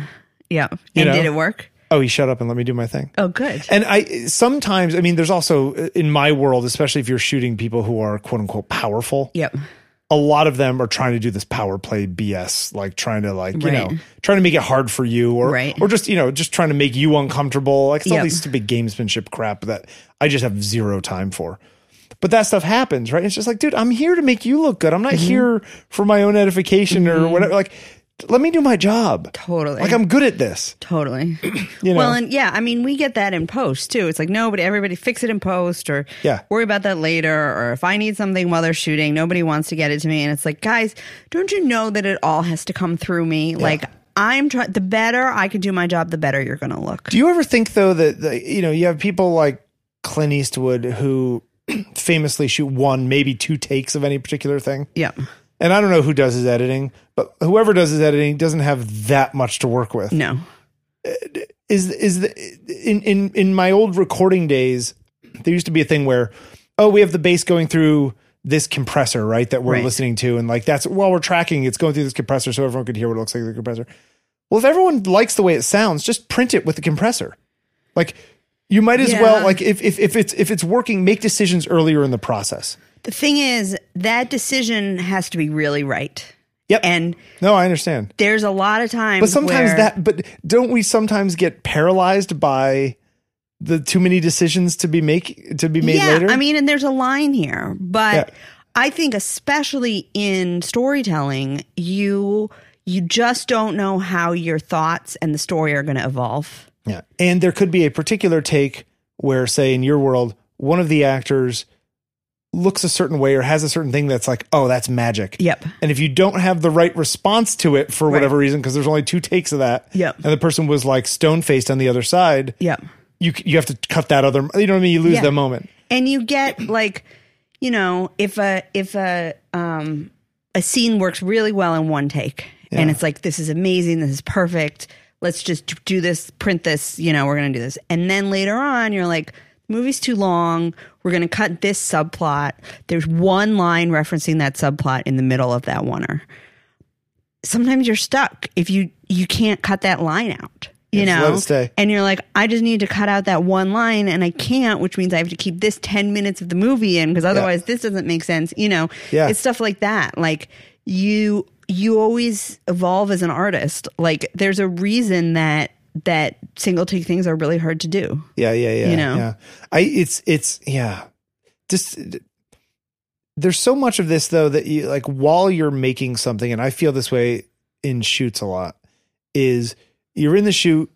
[SPEAKER 1] Yep.
[SPEAKER 2] You
[SPEAKER 1] and
[SPEAKER 2] know?
[SPEAKER 1] did it work?
[SPEAKER 2] oh he shut up and let me do my thing
[SPEAKER 1] Oh, good.
[SPEAKER 2] and i sometimes i mean there's also uh, in my world especially if you're shooting people who are quote unquote powerful
[SPEAKER 1] Yep.
[SPEAKER 2] a lot of them are trying to do this power play bs like trying to like you
[SPEAKER 1] Right.
[SPEAKER 2] know trying to make it hard for you or
[SPEAKER 1] Right.
[SPEAKER 2] or just you know just trying to make you uncomfortable like it's all
[SPEAKER 1] Yep.
[SPEAKER 2] these stupid gamesmanship crap that i just have zero time for but that stuff happens right it's just like dude i'm here to make you look good i'm not
[SPEAKER 1] Mm-hmm.
[SPEAKER 2] here for my own edification or whatever like let me do my job
[SPEAKER 1] Totally.
[SPEAKER 2] like i'm good at this
[SPEAKER 1] Totally.
[SPEAKER 2] you know
[SPEAKER 1] Well, and yeah, I mean, we get that in post too. It's like nobody, everybody fix it in post or
[SPEAKER 2] Yeah.
[SPEAKER 1] worry about that later. Or if I need something while they're shooting, nobody wants to get it to me. And it's like, guys, don't you know that it all has to come through me? Like, I'm trying, the better I can do my job, the better you're going to look.
[SPEAKER 2] Do you ever think though that, that you know you have people like Clint Eastwood who famously shoot one, maybe two takes of any particular thing,
[SPEAKER 1] yeah.
[SPEAKER 2] and I don't know who does his editing, but whoever does his editing doesn't have that much to work with.
[SPEAKER 1] No.
[SPEAKER 2] Is is the, in in in my old recording days, there used to be a thing where oh we have the bass going through this compressor right that we're
[SPEAKER 1] Right.
[SPEAKER 2] listening to and like that's while we're tracking it's going through this compressor so everyone could hear what it looks like the compressor. Well, if everyone likes the way it sounds, just print it with the compressor. Like you might as
[SPEAKER 1] Yeah.
[SPEAKER 2] well like if, if if it's if it's working, make decisions earlier in the process.
[SPEAKER 1] The thing is, that decision has to be really right.
[SPEAKER 2] Yep.
[SPEAKER 1] And
[SPEAKER 2] no, I understand.
[SPEAKER 1] there's a lot of times
[SPEAKER 2] But sometimes
[SPEAKER 1] where-
[SPEAKER 2] that, but don't we sometimes get paralyzed by the too many decisions to be make to be made
[SPEAKER 1] yeah,
[SPEAKER 2] later?
[SPEAKER 1] I mean, and there's a line here, but
[SPEAKER 2] Yeah.
[SPEAKER 1] I think especially in storytelling, you you just don't know how your thoughts and the story are going to evolve.
[SPEAKER 2] Yeah. And there could be a particular take where, say, in your world, one of the actors looks a certain way or has a certain thing that's like, oh, that's magic.
[SPEAKER 1] Yep.
[SPEAKER 2] And if you don't have the right response to it for whatever reason, because there's only two takes of that,
[SPEAKER 1] Yep.
[SPEAKER 2] and the person was like stone faced on the other side,
[SPEAKER 1] Yep.
[SPEAKER 2] you you have to cut that other. You know what I mean? You lose
[SPEAKER 1] Yeah.
[SPEAKER 2] that moment.
[SPEAKER 1] and you get like you know if a if a um a scene works really well in one take and it's like this is amazing this is perfect let's just do this print this you know we're gonna do this and then later on you're like the movie's too long we're gonna cut this subplot there's one line referencing that subplot in the middle of that oneer sometimes you're stuck if you you can't cut that line out you
[SPEAKER 2] Yes,
[SPEAKER 1] know
[SPEAKER 2] let it stay.
[SPEAKER 1] and you're like i just need to cut out that one line and i can't which means i have to keep this 10 minutes of the movie in because otherwise this doesn't make sense you know
[SPEAKER 2] Yeah.
[SPEAKER 1] it's stuff like that like you you always evolve as an artist like there's a reason that that single take things are really hard to do
[SPEAKER 2] Yeah, yeah, yeah.
[SPEAKER 1] You know?
[SPEAKER 2] yeah. I it's it's yeah. Just there's so much of this though that you like while you're making something, and I feel this way in shoots a lot. Is you're in the shoot,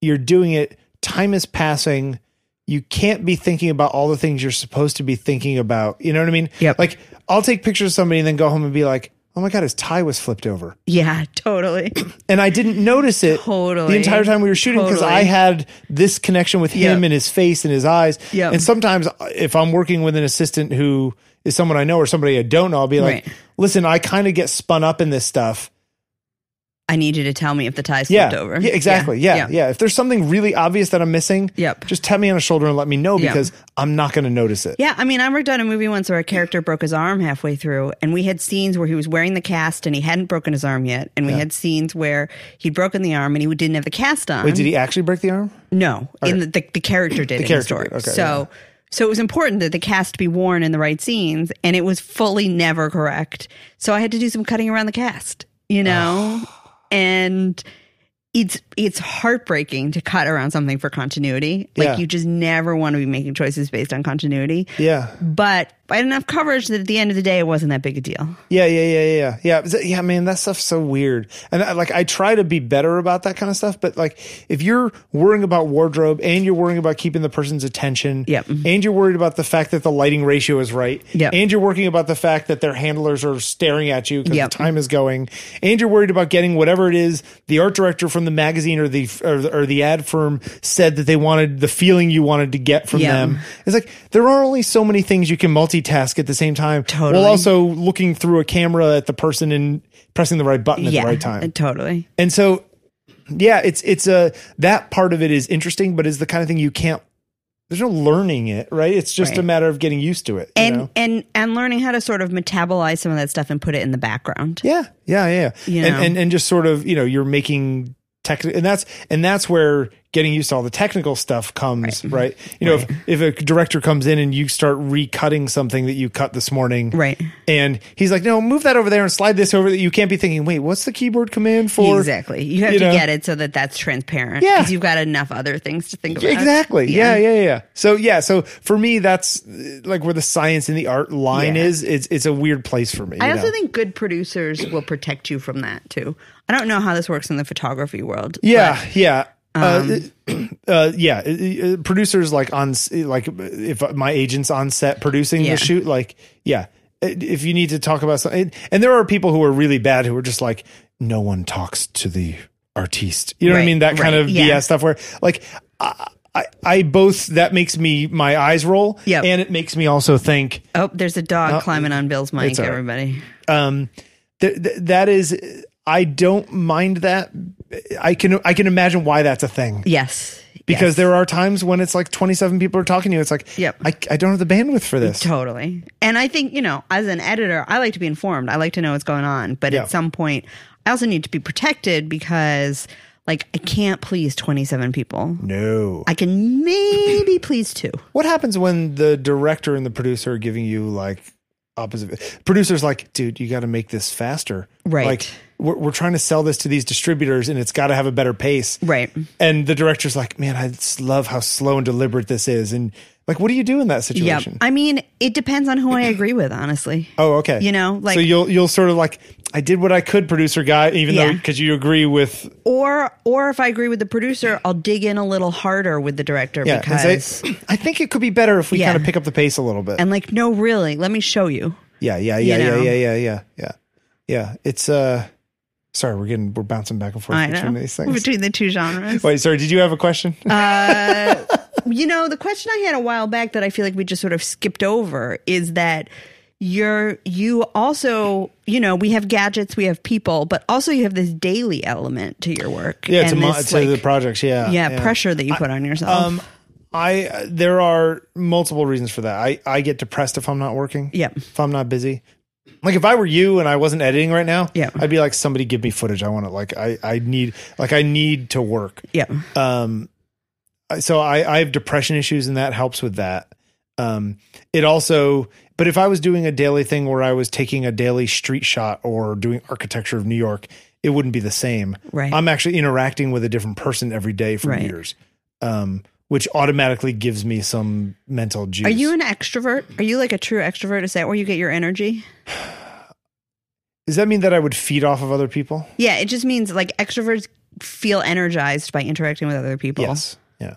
[SPEAKER 2] you're doing it. Time is passing. You can't be thinking about all the things you're supposed to be thinking about. You know what I mean?
[SPEAKER 1] Yep.
[SPEAKER 2] Like I'll take pictures of somebody and then go home and be like, "Oh my god, his tie was flipped over."
[SPEAKER 1] yeah totally
[SPEAKER 2] and I didn't notice it
[SPEAKER 1] Totally.
[SPEAKER 2] the entire time we were shooting because
[SPEAKER 1] Totally.
[SPEAKER 2] I had this connection with him
[SPEAKER 1] Yep.
[SPEAKER 2] and his face and his eyes.
[SPEAKER 1] Yep.
[SPEAKER 2] And sometimes uh, if I'm working with an assistant who is someone I know or somebody I don't know, I'll be like,
[SPEAKER 1] Right.
[SPEAKER 2] "Listen, I kind of get spun up in this stuff."
[SPEAKER 1] i need you to tell me if the tie's
[SPEAKER 2] Yeah,
[SPEAKER 1] flipped over
[SPEAKER 2] yeah, exactly. Yeah. yeah, If there's something really obvious that I'm missing,
[SPEAKER 1] Yep.
[SPEAKER 2] just tap me on the shoulder and let me know
[SPEAKER 1] Yep.
[SPEAKER 2] because I'm not going to notice it.
[SPEAKER 1] Yeah, I mean, I worked on a movie once where a character broke his arm halfway through, and we had scenes where he was wearing the cast and he hadn't broken his arm yet, and we had scenes where he'd broken the arm and he didn't have the cast on.
[SPEAKER 2] Wait, did he actually break the arm?
[SPEAKER 1] No, in the, the, the character did in
[SPEAKER 2] character
[SPEAKER 1] the story.
[SPEAKER 2] did, okay,
[SPEAKER 1] so, so it was important that the cast be worn in the right scenes, and it was fully never correct. So I had to do some cutting around the cast, you know, and it's it's heartbreaking to cut around something for continuity. Like
[SPEAKER 2] Yeah.
[SPEAKER 1] you just never want to be making choices based on continuity.
[SPEAKER 2] Yeah,
[SPEAKER 1] But I had enough coverage that at the end of the day, it wasn't that big a deal.
[SPEAKER 2] Yeah, yeah, yeah, yeah, yeah, yeah. Is it- Yeah, man, that stuff's so weird. And I, like, I try to be better about that kind of stuff, but like, if you're worrying about wardrobe and you're worrying about keeping the person's attention,
[SPEAKER 1] Yep. Mm-hmm.
[SPEAKER 2] and you're worried about the fact that the lighting ratio is right,
[SPEAKER 1] Yep.
[SPEAKER 2] and you're worrying about the fact that their handlers are staring at you because
[SPEAKER 1] Yep.
[SPEAKER 2] the time is going, and you're worried about getting whatever it is the art director from the magazine or the or, the- or the ad firm said that they wanted the feeling you wanted to get from
[SPEAKER 1] Yep.
[SPEAKER 2] them. It's like there are only so many things you can multitask at the same time.
[SPEAKER 1] Totally.
[SPEAKER 2] While also looking through a camera at the person and pressing the right button at
[SPEAKER 1] yeah,
[SPEAKER 2] the right time.
[SPEAKER 1] totally.
[SPEAKER 2] And so, yeah, it's it's a that part of it is interesting, but is the kind of thing you can't. There's no learning it, right? It's just a
[SPEAKER 1] Right.
[SPEAKER 2] matter of getting used to it. you
[SPEAKER 1] And
[SPEAKER 2] know?
[SPEAKER 1] and and learning how to sort of metabolize some of that stuff and put it in the background.
[SPEAKER 2] Yeah, yeah, yeah.
[SPEAKER 1] You
[SPEAKER 2] and,
[SPEAKER 1] know.
[SPEAKER 2] and and just sort of you know you're making technical, and that's and that's where getting used to all the technical stuff comes, right? You know, if, if a director comes in and you start recutting something that you cut this morning,
[SPEAKER 1] Right.
[SPEAKER 2] And he's like, no, move that over there and slide this over. That you can't be thinking, wait, what's the keyboard command for?
[SPEAKER 1] exactly. You have
[SPEAKER 2] you
[SPEAKER 1] to
[SPEAKER 2] know.
[SPEAKER 1] get it so that that's transparent.
[SPEAKER 2] Yeah.
[SPEAKER 1] Because you've got enough other things to think about.
[SPEAKER 2] Exactly. Yeah. yeah, yeah, So yeah, so for me, that's uh, like where the science and the art line
[SPEAKER 1] Yeah.
[SPEAKER 2] is. It's it's a weird place for me.
[SPEAKER 1] I
[SPEAKER 2] you
[SPEAKER 1] also
[SPEAKER 2] know?
[SPEAKER 1] think good producers will protect you from that too. I don't know how this works in the photography world.
[SPEAKER 2] Yeah, yeah.
[SPEAKER 1] um,
[SPEAKER 2] uh, uh, yeah, uh, uh, producers like on s- like if my agent's on set producing
[SPEAKER 1] Yeah.
[SPEAKER 2] the shoot, like yeah, if you need to talk about something, and there are people who are really bad who are just like no one talks to the artiste. You know what I
[SPEAKER 1] Right,
[SPEAKER 2] mean? That kind
[SPEAKER 1] right,
[SPEAKER 2] of
[SPEAKER 1] yeah.
[SPEAKER 2] BS stuff where like I, I, I both that makes me my eyes roll,
[SPEAKER 1] Yep.
[SPEAKER 2] and it makes me also think
[SPEAKER 1] Oh, there's a dog climbing on Bill's mic,
[SPEAKER 2] it's all right.
[SPEAKER 1] everybody.
[SPEAKER 2] um th- th- that is I don't mind that. I can I can imagine why that's a thing
[SPEAKER 1] Yes.
[SPEAKER 2] because there are times when it's like 27 people are talking to you. It's like,
[SPEAKER 1] Yep.
[SPEAKER 2] I, I don't have the bandwidth for this.
[SPEAKER 1] Totally. And I think, you know, as an editor, I like to be informed. I like to know what's going on. But
[SPEAKER 2] Yeah.
[SPEAKER 1] at some point, I also need to be protected because, Like I can't please 27 people.
[SPEAKER 2] No.
[SPEAKER 1] I can maybe please two.
[SPEAKER 2] What happens when the director and the producer are giving you like opposite? Producer's like, dude, you got to make this faster.
[SPEAKER 1] Right.
[SPEAKER 2] Like, we're, we're trying to sell this to these distributors and it's got to have a better pace.
[SPEAKER 1] Right.
[SPEAKER 2] And the director's like, man, I just love how slow and deliberate this is. And like, what do you do in that
[SPEAKER 1] Yeah.
[SPEAKER 2] situation?
[SPEAKER 1] I mean, it depends on who I agree with, honestly.
[SPEAKER 2] Oh, okay.
[SPEAKER 1] You know, like-
[SPEAKER 2] so you'll you'll sort of like I did what I could, producer guy, even though
[SPEAKER 1] Yeah.
[SPEAKER 2] because you agree with
[SPEAKER 1] Or or if I agree with the producer, I'll dig in a little harder with the director
[SPEAKER 2] yeah. and say,
[SPEAKER 1] because
[SPEAKER 2] I think it could be better if we
[SPEAKER 1] Yeah.
[SPEAKER 2] kind of pick up the pace a little bit.
[SPEAKER 1] and like, no, really, let me show you.
[SPEAKER 2] Yeah, yeah, yeah,
[SPEAKER 1] You
[SPEAKER 2] yeah,
[SPEAKER 1] know?
[SPEAKER 2] yeah, yeah, yeah, yeah, yeah. It's uh, sorry, we're getting we're bouncing back and forth
[SPEAKER 1] I
[SPEAKER 2] between
[SPEAKER 1] know Uh,
[SPEAKER 2] these things.
[SPEAKER 1] between the two genres.
[SPEAKER 2] Wait, sorry, did you have a question?
[SPEAKER 1] you know, the question I had a while back that I feel like we just sort of skipped over is that you're you also you know we have gadgets we have people but also you have this daily element to your work
[SPEAKER 2] yeah, to,
[SPEAKER 1] and
[SPEAKER 2] mo-
[SPEAKER 1] this,
[SPEAKER 2] to the
[SPEAKER 1] like,
[SPEAKER 2] projects. Yeah,
[SPEAKER 1] yeah, pressure that you put on yourself
[SPEAKER 2] Um, I uh, there are multiple reasons for that. I I get depressed if I'm not working.
[SPEAKER 1] Yep.
[SPEAKER 2] if I'm not busy. Like if I were you and I wasn't editing right now,
[SPEAKER 1] Yeah.
[SPEAKER 2] I'd be like, somebody give me footage. I want to like I I need like I need to work.
[SPEAKER 1] yeah
[SPEAKER 2] um so i i have depression issues and that helps with that um it also but if i was doing a daily thing where i was taking a daily street shot or doing architecture of new york it wouldn't be the same
[SPEAKER 1] Right.
[SPEAKER 2] i'm actually interacting with a different person every day for
[SPEAKER 1] Right.
[SPEAKER 2] years um which automatically gives me some mental juice
[SPEAKER 1] are you an extrovert are you like a true extrovert is that where you get your energy
[SPEAKER 2] does that mean that i would feed off of other people
[SPEAKER 1] yeah it just means like extroverts feel energized by interacting with other people
[SPEAKER 2] Yes. Yeah.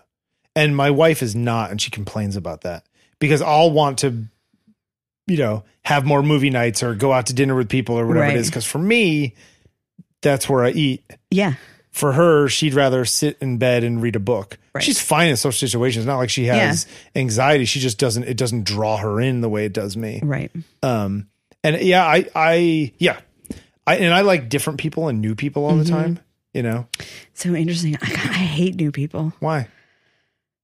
[SPEAKER 2] And my wife is not, and she complains about that because I'll want to, you know, have more movie nights or go out to dinner with people or whatever
[SPEAKER 1] Right.
[SPEAKER 2] it is. Because for me, that's where I eat.
[SPEAKER 1] yeah
[SPEAKER 2] For her, she'd rather sit in bed and read a book.
[SPEAKER 1] Right.
[SPEAKER 2] She's fine in social situations. It's not like she has anxiety. She just doesn't. It doesn't draw her in the way it does me.
[SPEAKER 1] right
[SPEAKER 2] Um, and yeah, I, I, yeah, I, and I like different people and new people all the
[SPEAKER 1] Mm-hmm.
[SPEAKER 2] time. You know
[SPEAKER 1] so interesting I, I hate new people
[SPEAKER 2] why?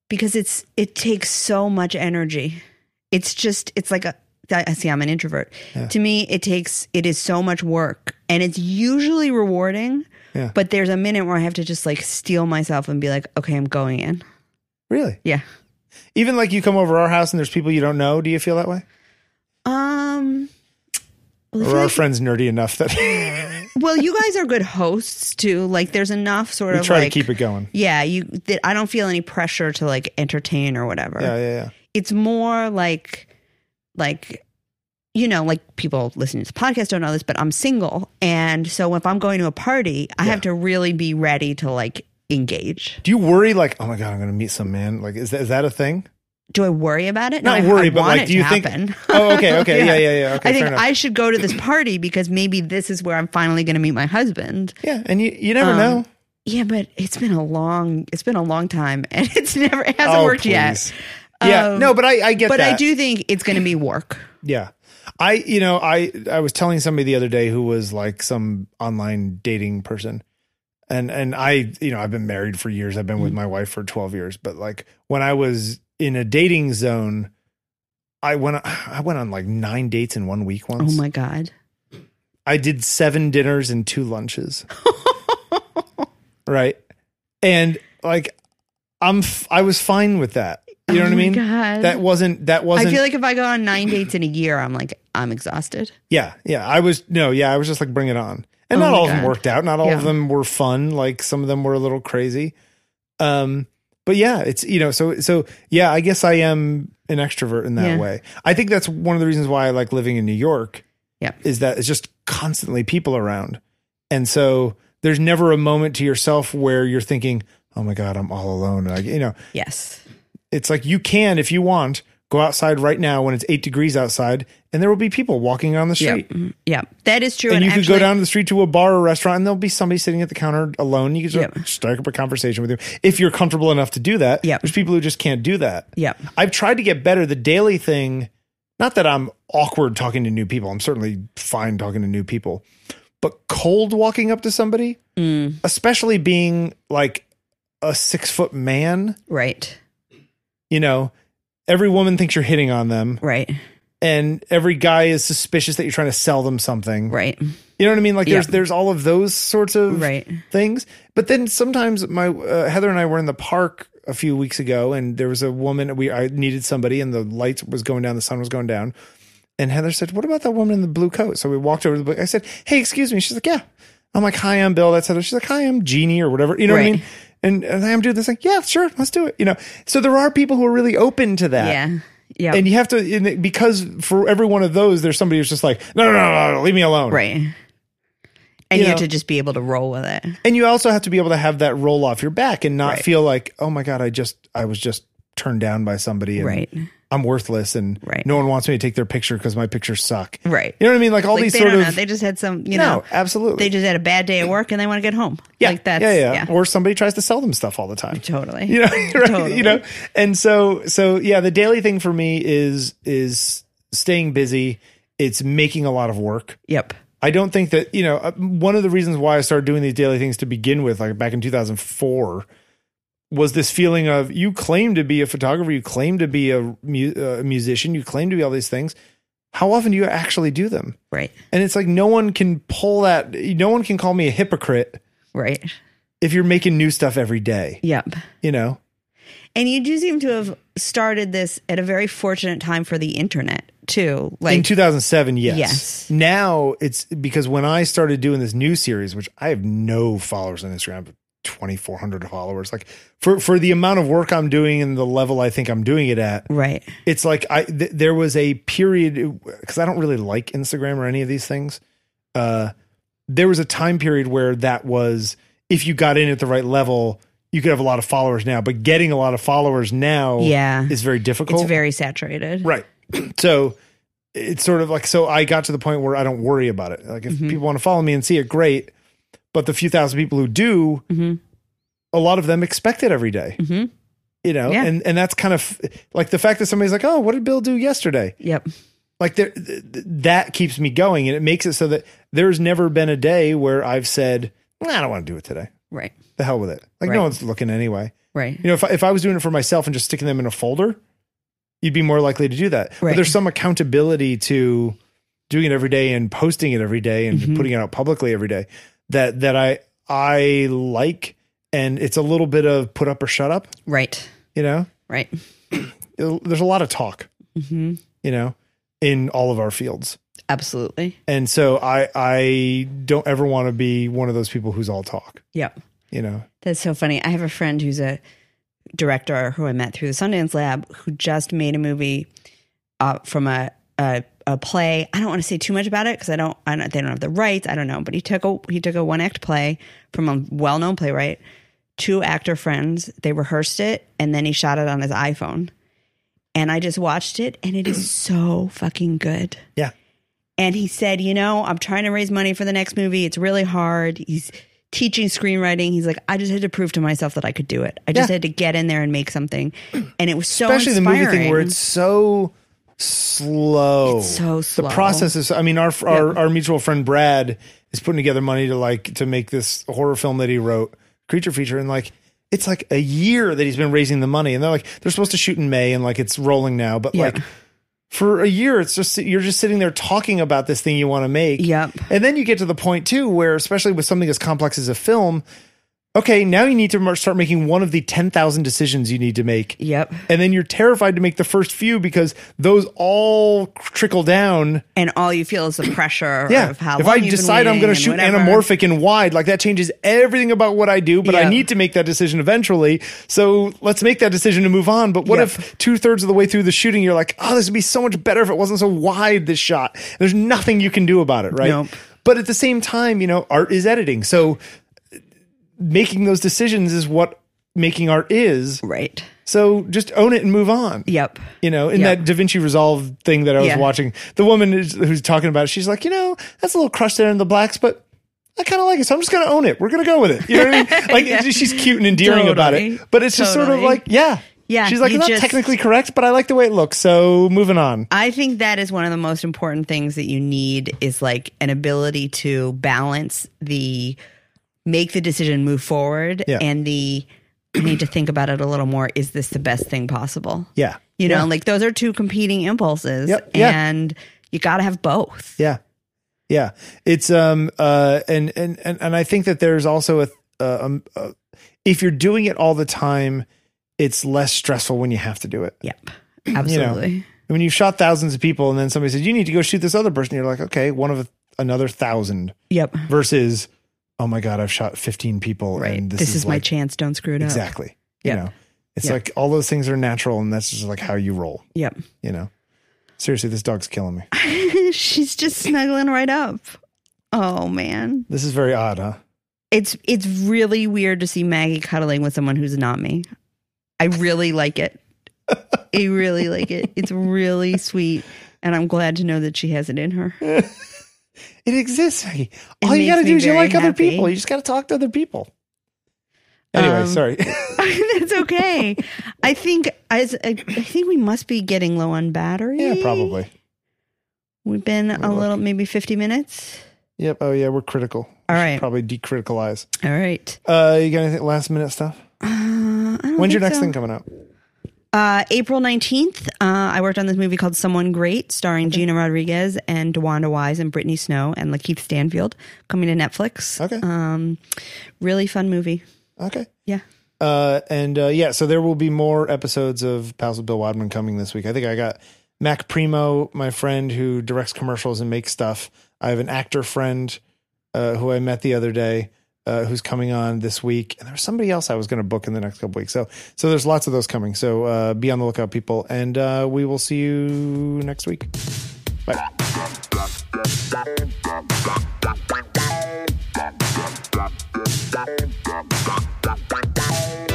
[SPEAKER 1] because it's it takes so much energy. It's just it's like a I see I'm an introvert. To me it takes it is so much work and it's usually rewarding.
[SPEAKER 2] Yeah.
[SPEAKER 1] But there's a minute where I have to just like steal myself and be like, "Okay, I'm going in."
[SPEAKER 2] Really?
[SPEAKER 1] Yeah.
[SPEAKER 2] Even like you come over our house and there's people you don't know. Do you feel that way?
[SPEAKER 1] Um well, I feel
[SPEAKER 2] Or are our
[SPEAKER 1] like-
[SPEAKER 2] friends nerdy enough that
[SPEAKER 1] well, you guys are good hosts too. Like there's enough sort
[SPEAKER 2] we
[SPEAKER 1] of
[SPEAKER 2] try
[SPEAKER 1] like
[SPEAKER 2] to keep it going?
[SPEAKER 1] Yeah, you that I don't feel any pressure to like entertain or whatever.
[SPEAKER 2] Yeah, yeah, yeah.
[SPEAKER 1] it's more like like you know like people listening to the podcast don't know this but i'm single and so if i'm going to a party i have to really be ready to like engage
[SPEAKER 2] Do you worry like, oh my god, I'm going to meet some man? Like, is that, is that a thing?
[SPEAKER 1] do i worry about it
[SPEAKER 2] Not
[SPEAKER 1] I-
[SPEAKER 2] worry,
[SPEAKER 1] I
[SPEAKER 2] but
[SPEAKER 1] want
[SPEAKER 2] like,
[SPEAKER 1] it
[SPEAKER 2] do you
[SPEAKER 1] to
[SPEAKER 2] think?
[SPEAKER 1] happen.
[SPEAKER 2] Oh, okay, okay, yeah, yeah, yeah. Okay,
[SPEAKER 1] i think
[SPEAKER 2] fair enough.
[SPEAKER 1] i should go to this party because maybe this is where i'm finally going to meet my husband
[SPEAKER 2] yeah, and you you
[SPEAKER 1] um,
[SPEAKER 2] never know.
[SPEAKER 1] yeah but it's been a long it's been a long time and it's never it hasn't
[SPEAKER 2] Oh,
[SPEAKER 1] worked yet
[SPEAKER 2] please. Yeah,
[SPEAKER 1] Um,
[SPEAKER 2] no, but I I get
[SPEAKER 1] but
[SPEAKER 2] that.
[SPEAKER 1] i do think it's going to be work
[SPEAKER 2] Yeah. I you know, I I was telling somebody the other day who was like some online dating person. And and I, you know, I've been married for years. I've been
[SPEAKER 1] Mm-hmm.
[SPEAKER 2] with my wife for 12 years, but like when I was in a dating zone, I went I went on like 9 dates in one week
[SPEAKER 1] oh
[SPEAKER 2] once.
[SPEAKER 1] my god
[SPEAKER 2] I did 7 dinners and 2 lunches. right? And like I'm f- I was fine with that. You know
[SPEAKER 1] Oh
[SPEAKER 2] what
[SPEAKER 1] my
[SPEAKER 2] I mean?
[SPEAKER 1] God.
[SPEAKER 2] That wasn't that wasn't
[SPEAKER 1] I feel like if I go on nine dates in a year, I'm like, I'm exhausted.
[SPEAKER 2] Yeah, yeah. I was no, yeah. I was just like, bring it on. And
[SPEAKER 1] Oh
[SPEAKER 2] not
[SPEAKER 1] my
[SPEAKER 2] all of them
[SPEAKER 1] God.
[SPEAKER 2] worked out. Not all
[SPEAKER 1] Yeah.
[SPEAKER 2] of them were fun. Like some of them were a little crazy. Um, but yeah, it's you know, so so yeah. I guess I am an extrovert in that
[SPEAKER 1] Yeah.
[SPEAKER 2] way. I think that's one of the reasons why I like living in New York.
[SPEAKER 1] Yeah.
[SPEAKER 2] is that it's just constantly people around, and so there's never a moment to yourself where you're thinking, "Oh my God, I'm all alone." Like you know,
[SPEAKER 1] Yes.
[SPEAKER 2] it's like you can if you want. Go outside right now when it's eight degrees outside, and there will be people walking on the street.
[SPEAKER 1] Yep. Mm-hmm. Yep. That is true.
[SPEAKER 2] And you could go
[SPEAKER 1] actually-
[SPEAKER 2] down to the street to a bar or restaurant, and there'll be somebody sitting at the counter alone. You could sort of
[SPEAKER 1] Yep.
[SPEAKER 2] strike up a conversation with them if you're comfortable enough to do that.
[SPEAKER 1] Yep.
[SPEAKER 2] There's people who just can't do that.
[SPEAKER 1] Yep.
[SPEAKER 2] I've tried to get better. The daily thing, not that I'm awkward talking to new people. I'm certainly fine talking to new people, but cold walking up to somebody,
[SPEAKER 1] Mm.
[SPEAKER 2] especially being like a six foot man,
[SPEAKER 1] Right.
[SPEAKER 2] you know, every woman thinks you're hitting on them
[SPEAKER 1] Right.
[SPEAKER 2] and every guy is suspicious that you're trying to sell them something.
[SPEAKER 1] Right.
[SPEAKER 2] You know what I mean? Like there's
[SPEAKER 1] Yeah.
[SPEAKER 2] there's all of those sorts of
[SPEAKER 1] Right.
[SPEAKER 2] things. But then sometimes my uh, Heather and I were in the park a few weeks ago, and there was a woman. We I needed somebody, and the light was going down, the sun was going down, and Heather said, "What about that woman in the blue coat?" So we walked over to the book. I said, "Hey, excuse me." She's like, "Yeah." I'm like, "Hi, I'm Bill." That's Heather. She's like, "Hi, I'm Jeannie," or whatever. You know what I
[SPEAKER 1] Right.
[SPEAKER 2] mean? And, and I'm doing this like, "Yeah, sure, let's do it." You know. So there are people who are really open to that.
[SPEAKER 1] Yeah. Yeah.
[SPEAKER 2] And you have to and it- because for every one of those, there's somebody who's just like, "No, no, no, no, no leave me alone."
[SPEAKER 1] right. And
[SPEAKER 2] You
[SPEAKER 1] you, have
[SPEAKER 2] know.
[SPEAKER 1] to just be able to roll with it.
[SPEAKER 2] And you also have to be able to have that roll off your back and not
[SPEAKER 1] Right.
[SPEAKER 2] feel like, oh my God, I just, I was just turned down by somebody and
[SPEAKER 1] Right.
[SPEAKER 2] I'm worthless and
[SPEAKER 1] Right.
[SPEAKER 2] no one wants me to take their picture because my pictures suck.
[SPEAKER 1] Right.
[SPEAKER 2] You know what I mean? Like all
[SPEAKER 1] Like
[SPEAKER 2] these
[SPEAKER 1] they
[SPEAKER 2] sort
[SPEAKER 1] don't
[SPEAKER 2] of,
[SPEAKER 1] know. They just had some, you
[SPEAKER 2] no,
[SPEAKER 1] know,
[SPEAKER 2] absolutely.
[SPEAKER 1] they just had a bad day at work and they want to get home.
[SPEAKER 2] yeah.
[SPEAKER 1] Like that's,
[SPEAKER 2] yeah, yeah, Or somebody tries to sell them stuff all the time.
[SPEAKER 1] totally.
[SPEAKER 2] You know, right?
[SPEAKER 1] Totally.
[SPEAKER 2] you know, and so, so yeah, the daily thing for me is, is staying busy. It's making a lot of work.
[SPEAKER 1] Yep.
[SPEAKER 2] I don't think that you know uh, one of the reasons why I started doing these daily things to begin with, like back in 2004, was this feeling of you claim to be a photographer, you claim to be a, mu- uh, musician, you claim to be all these things. How often do you actually do them?
[SPEAKER 1] Right.
[SPEAKER 2] And it's like no one can pull that. No one can call me a hypocrite
[SPEAKER 1] Right.
[SPEAKER 2] if you're making new stuff every day.
[SPEAKER 1] Yep.
[SPEAKER 2] You know,
[SPEAKER 1] And you do seem to have started this at a very fortunate time for the internet too.
[SPEAKER 2] in
[SPEAKER 1] Like
[SPEAKER 2] 2007, yes.
[SPEAKER 1] Yes.
[SPEAKER 2] Now it's because when I started doing this new series, which I have no followers on Instagram, but 2,400 followers, like for, for the amount of work I'm doing and the level I think I'm doing it at,
[SPEAKER 1] right.
[SPEAKER 2] it's like I, th- there was a period because I don't really like Instagram or any of these things. Uh, there was a time period where that was, if you got in at the right level, you could have a lot of followers now, but getting a lot of followers now
[SPEAKER 1] Yeah.
[SPEAKER 2] is very difficult.
[SPEAKER 1] It's very saturated.
[SPEAKER 2] Oh, Right. so it's sort of like so I got to the point where I don't worry about it. Like if
[SPEAKER 1] Mm-hmm.
[SPEAKER 2] people want to follow me and see it, great. But the few thousand people who do,
[SPEAKER 1] Mhm.
[SPEAKER 2] a lot of them expect it every day,
[SPEAKER 1] Mhm.
[SPEAKER 2] You know,
[SPEAKER 1] Yeah.
[SPEAKER 2] and and that's kind of like the fact that somebody's like, "Oh, what did Bill do yesterday?"
[SPEAKER 1] Yep.
[SPEAKER 2] Like there, th- th- that keeps me going, and it makes it so that there's never been a day where I've said, "Nah, "I don't want to do it today."
[SPEAKER 1] Right.
[SPEAKER 2] The hell with it. Like
[SPEAKER 1] Right.
[SPEAKER 2] no one's looking anyway.
[SPEAKER 1] Right.
[SPEAKER 2] You know, if I, if I was doing it for myself and just sticking them in a folder, you'd be more likely to do that. But
[SPEAKER 1] Right.
[SPEAKER 2] there's some accountability to doing it every day and posting it every day and putting it out publicly every day that that I I like and it's a little bit of put up or shut up,
[SPEAKER 1] Right.
[SPEAKER 2] you know?
[SPEAKER 1] Right.
[SPEAKER 2] It'll- There's a lot of talk,
[SPEAKER 1] hmm
[SPEAKER 2] you know, in all of our fields.
[SPEAKER 1] Absolutely.
[SPEAKER 2] And so I I don't ever want to be one of those people who's all talk,
[SPEAKER 1] Yep.
[SPEAKER 2] you know.
[SPEAKER 1] That's so funny. I have a friend who's a director who I met through the Sundance Lab who just made a movie uh, from a, a a play. I don't want to say too much about it because I don't, I don't. They don't have the rights. I don't know. But he took a he took a one act play from a well known playwright. Two actor friends. They rehearsed it and then he shot it on his iPhone. And I just watched it and it is so fucking good.
[SPEAKER 2] Yeah.
[SPEAKER 1] And he said, you know, I'm trying to raise money for the next movie. It's really hard. He's teaching screenwriting. He's like, I just had to prove to myself that I could do it. I just
[SPEAKER 2] Yeah.
[SPEAKER 1] had to get in there and make something. And it was so
[SPEAKER 2] especially the movie thing where
[SPEAKER 1] inspiring.
[SPEAKER 2] it's so slow.
[SPEAKER 1] It's so slow.
[SPEAKER 2] The process is. I mean, our our, our mutual friend Brad is putting together money to like to make this horror film that he wrote, creature feature, and like it's like a year that he's been raising the money, and they're like they're supposed to shoot in May, and like it's rolling now, but
[SPEAKER 1] Yeah.
[SPEAKER 2] like. For a year, it's just you're just sitting there talking about this thing you want to make.
[SPEAKER 1] Yep.
[SPEAKER 2] And then you get to the point too where, especially with something as complex as a film, okay, now you need to mar- start making one of the ten thousand decisions you need to make
[SPEAKER 1] Yep.
[SPEAKER 2] and then you're terrified to make the first few because those all trickle down.
[SPEAKER 1] And all you feel is the pressure
[SPEAKER 2] Yeah.
[SPEAKER 1] of how
[SPEAKER 2] if
[SPEAKER 1] long
[SPEAKER 2] I
[SPEAKER 1] you've been
[SPEAKER 2] decide I'm
[SPEAKER 1] waiting
[SPEAKER 2] going
[SPEAKER 1] and
[SPEAKER 2] to shoot
[SPEAKER 1] whatever.
[SPEAKER 2] anamorphic and wide, like that changes everything about what I do, but I
[SPEAKER 1] Yeah.
[SPEAKER 2] need to make that decision eventually. So let's make that decision to move on. But what
[SPEAKER 1] Yep.
[SPEAKER 2] if two thirds of the way through the shooting, you're like, oh, this would be so much better if it wasn't so wide, this shot? There's nothing you can do about it, right?
[SPEAKER 1] Nope.
[SPEAKER 2] But at the same time, you know, art is editing. So making those decisions is what making art is.
[SPEAKER 1] Right.
[SPEAKER 2] So just own it and move on
[SPEAKER 1] Yep.
[SPEAKER 2] you know, in
[SPEAKER 1] Yeah.
[SPEAKER 2] that Da Vinci Resolve thing that I was
[SPEAKER 1] Yeah.
[SPEAKER 2] watching, the woman is, who's talking about it, she's like, you know, that's a little crushed there in the blacks, but I kind of like it. So I'm just going to own it. We're going to go with it. You know what I mean? Like,
[SPEAKER 1] Yeah.
[SPEAKER 2] it's- she's cute and endearing about it.
[SPEAKER 1] Totally.
[SPEAKER 2] But it's just sort of
[SPEAKER 1] Totally.
[SPEAKER 2] like, yeah.
[SPEAKER 1] Yeah,
[SPEAKER 2] She's like,
[SPEAKER 1] you
[SPEAKER 2] it's not
[SPEAKER 1] just-
[SPEAKER 2] technically correct, but I like the way it looks. So moving on.
[SPEAKER 1] I think that is one of the most important things that you need is like an ability to balance the make the decision, move forward,
[SPEAKER 2] Yeah.
[SPEAKER 1] and the I need to think about it a little more. Is this the best thing possible?
[SPEAKER 2] Yeah.
[SPEAKER 1] You
[SPEAKER 2] Yeah.
[SPEAKER 1] know, like those are two competing impulses,
[SPEAKER 2] Yep. Yeah.
[SPEAKER 1] and you got to have both.
[SPEAKER 2] Yeah. Yeah. It's um uh and and and, and I think that there's also a uh, um uh, if you're doing it all the time, it's less stressful when you have to do it.
[SPEAKER 1] Yep, absolutely.
[SPEAKER 2] When you've shot thousands of people and then somebody says you need to go shoot this other person, you're like, okay, one of a, another thousand
[SPEAKER 1] Yep,
[SPEAKER 2] versus oh my god, I've shot 15 people
[SPEAKER 1] right.
[SPEAKER 2] and
[SPEAKER 1] This,
[SPEAKER 2] this,
[SPEAKER 1] is, my
[SPEAKER 2] like-
[SPEAKER 1] chance. Don't screw it up.
[SPEAKER 2] Exactly.
[SPEAKER 1] Yeah.
[SPEAKER 2] You know. It's
[SPEAKER 1] Yeah.
[SPEAKER 2] like all those things are natural and that's just like how you roll,
[SPEAKER 1] Yep,
[SPEAKER 2] you know. Seriously, this dog's killing me.
[SPEAKER 1] she's just snuggling right up. Oh man,
[SPEAKER 2] This is very odd, huh?
[SPEAKER 1] it's it's really weird to see Maggie cuddling with someone who's not me. I really like it. I really like it. It's really sweet, and I'm glad to know that she has it in her.
[SPEAKER 2] It exists. Maggie.
[SPEAKER 1] It
[SPEAKER 2] All you
[SPEAKER 1] makes
[SPEAKER 2] got to
[SPEAKER 1] me
[SPEAKER 2] do is you
[SPEAKER 1] very
[SPEAKER 2] like other
[SPEAKER 1] happy.
[SPEAKER 2] people. You just got to talk to other people. Anyway,
[SPEAKER 1] Um,
[SPEAKER 2] sorry.
[SPEAKER 1] That's okay. I think as I, I think we must be getting low on battery.
[SPEAKER 2] yeah, probably.
[SPEAKER 1] We've been
[SPEAKER 2] me
[SPEAKER 1] a
[SPEAKER 2] look.
[SPEAKER 1] little, maybe fifty minutes.
[SPEAKER 2] Yep. Oh yeah, we're critical.
[SPEAKER 1] All right,
[SPEAKER 2] Probably decriticalize.
[SPEAKER 1] all right.
[SPEAKER 2] Uh, you got anything last minute stuff?
[SPEAKER 1] Uh, I don't
[SPEAKER 2] When's your
[SPEAKER 1] think
[SPEAKER 2] next
[SPEAKER 1] so.
[SPEAKER 2] thing coming out?
[SPEAKER 1] Uh, April nineteenth. Uh, I worked on this movie called Someone Great, starring Gina Rodriguez and DeWanda Wise and Brittany Snow and Lakeith Stanfield, coming to Netflix.
[SPEAKER 2] Okay.
[SPEAKER 1] Um, really fun movie.
[SPEAKER 2] Okay.
[SPEAKER 1] Yeah.
[SPEAKER 2] Uh, and uh, yeah, so there will be more episodes of Pals with Bill Wadman coming this week. I think I got Mac Primo, my friend who directs commercials and makes stuff. I have an actor friend uh, who I met the other day uh, who's coming on this week, and there was somebody else I was going to book in the next couple weeks. So, so there's lots of those coming. So uh, be on the lookout, people, and uh, we will see you next week. Bye.
[SPEAKER 3] Bye.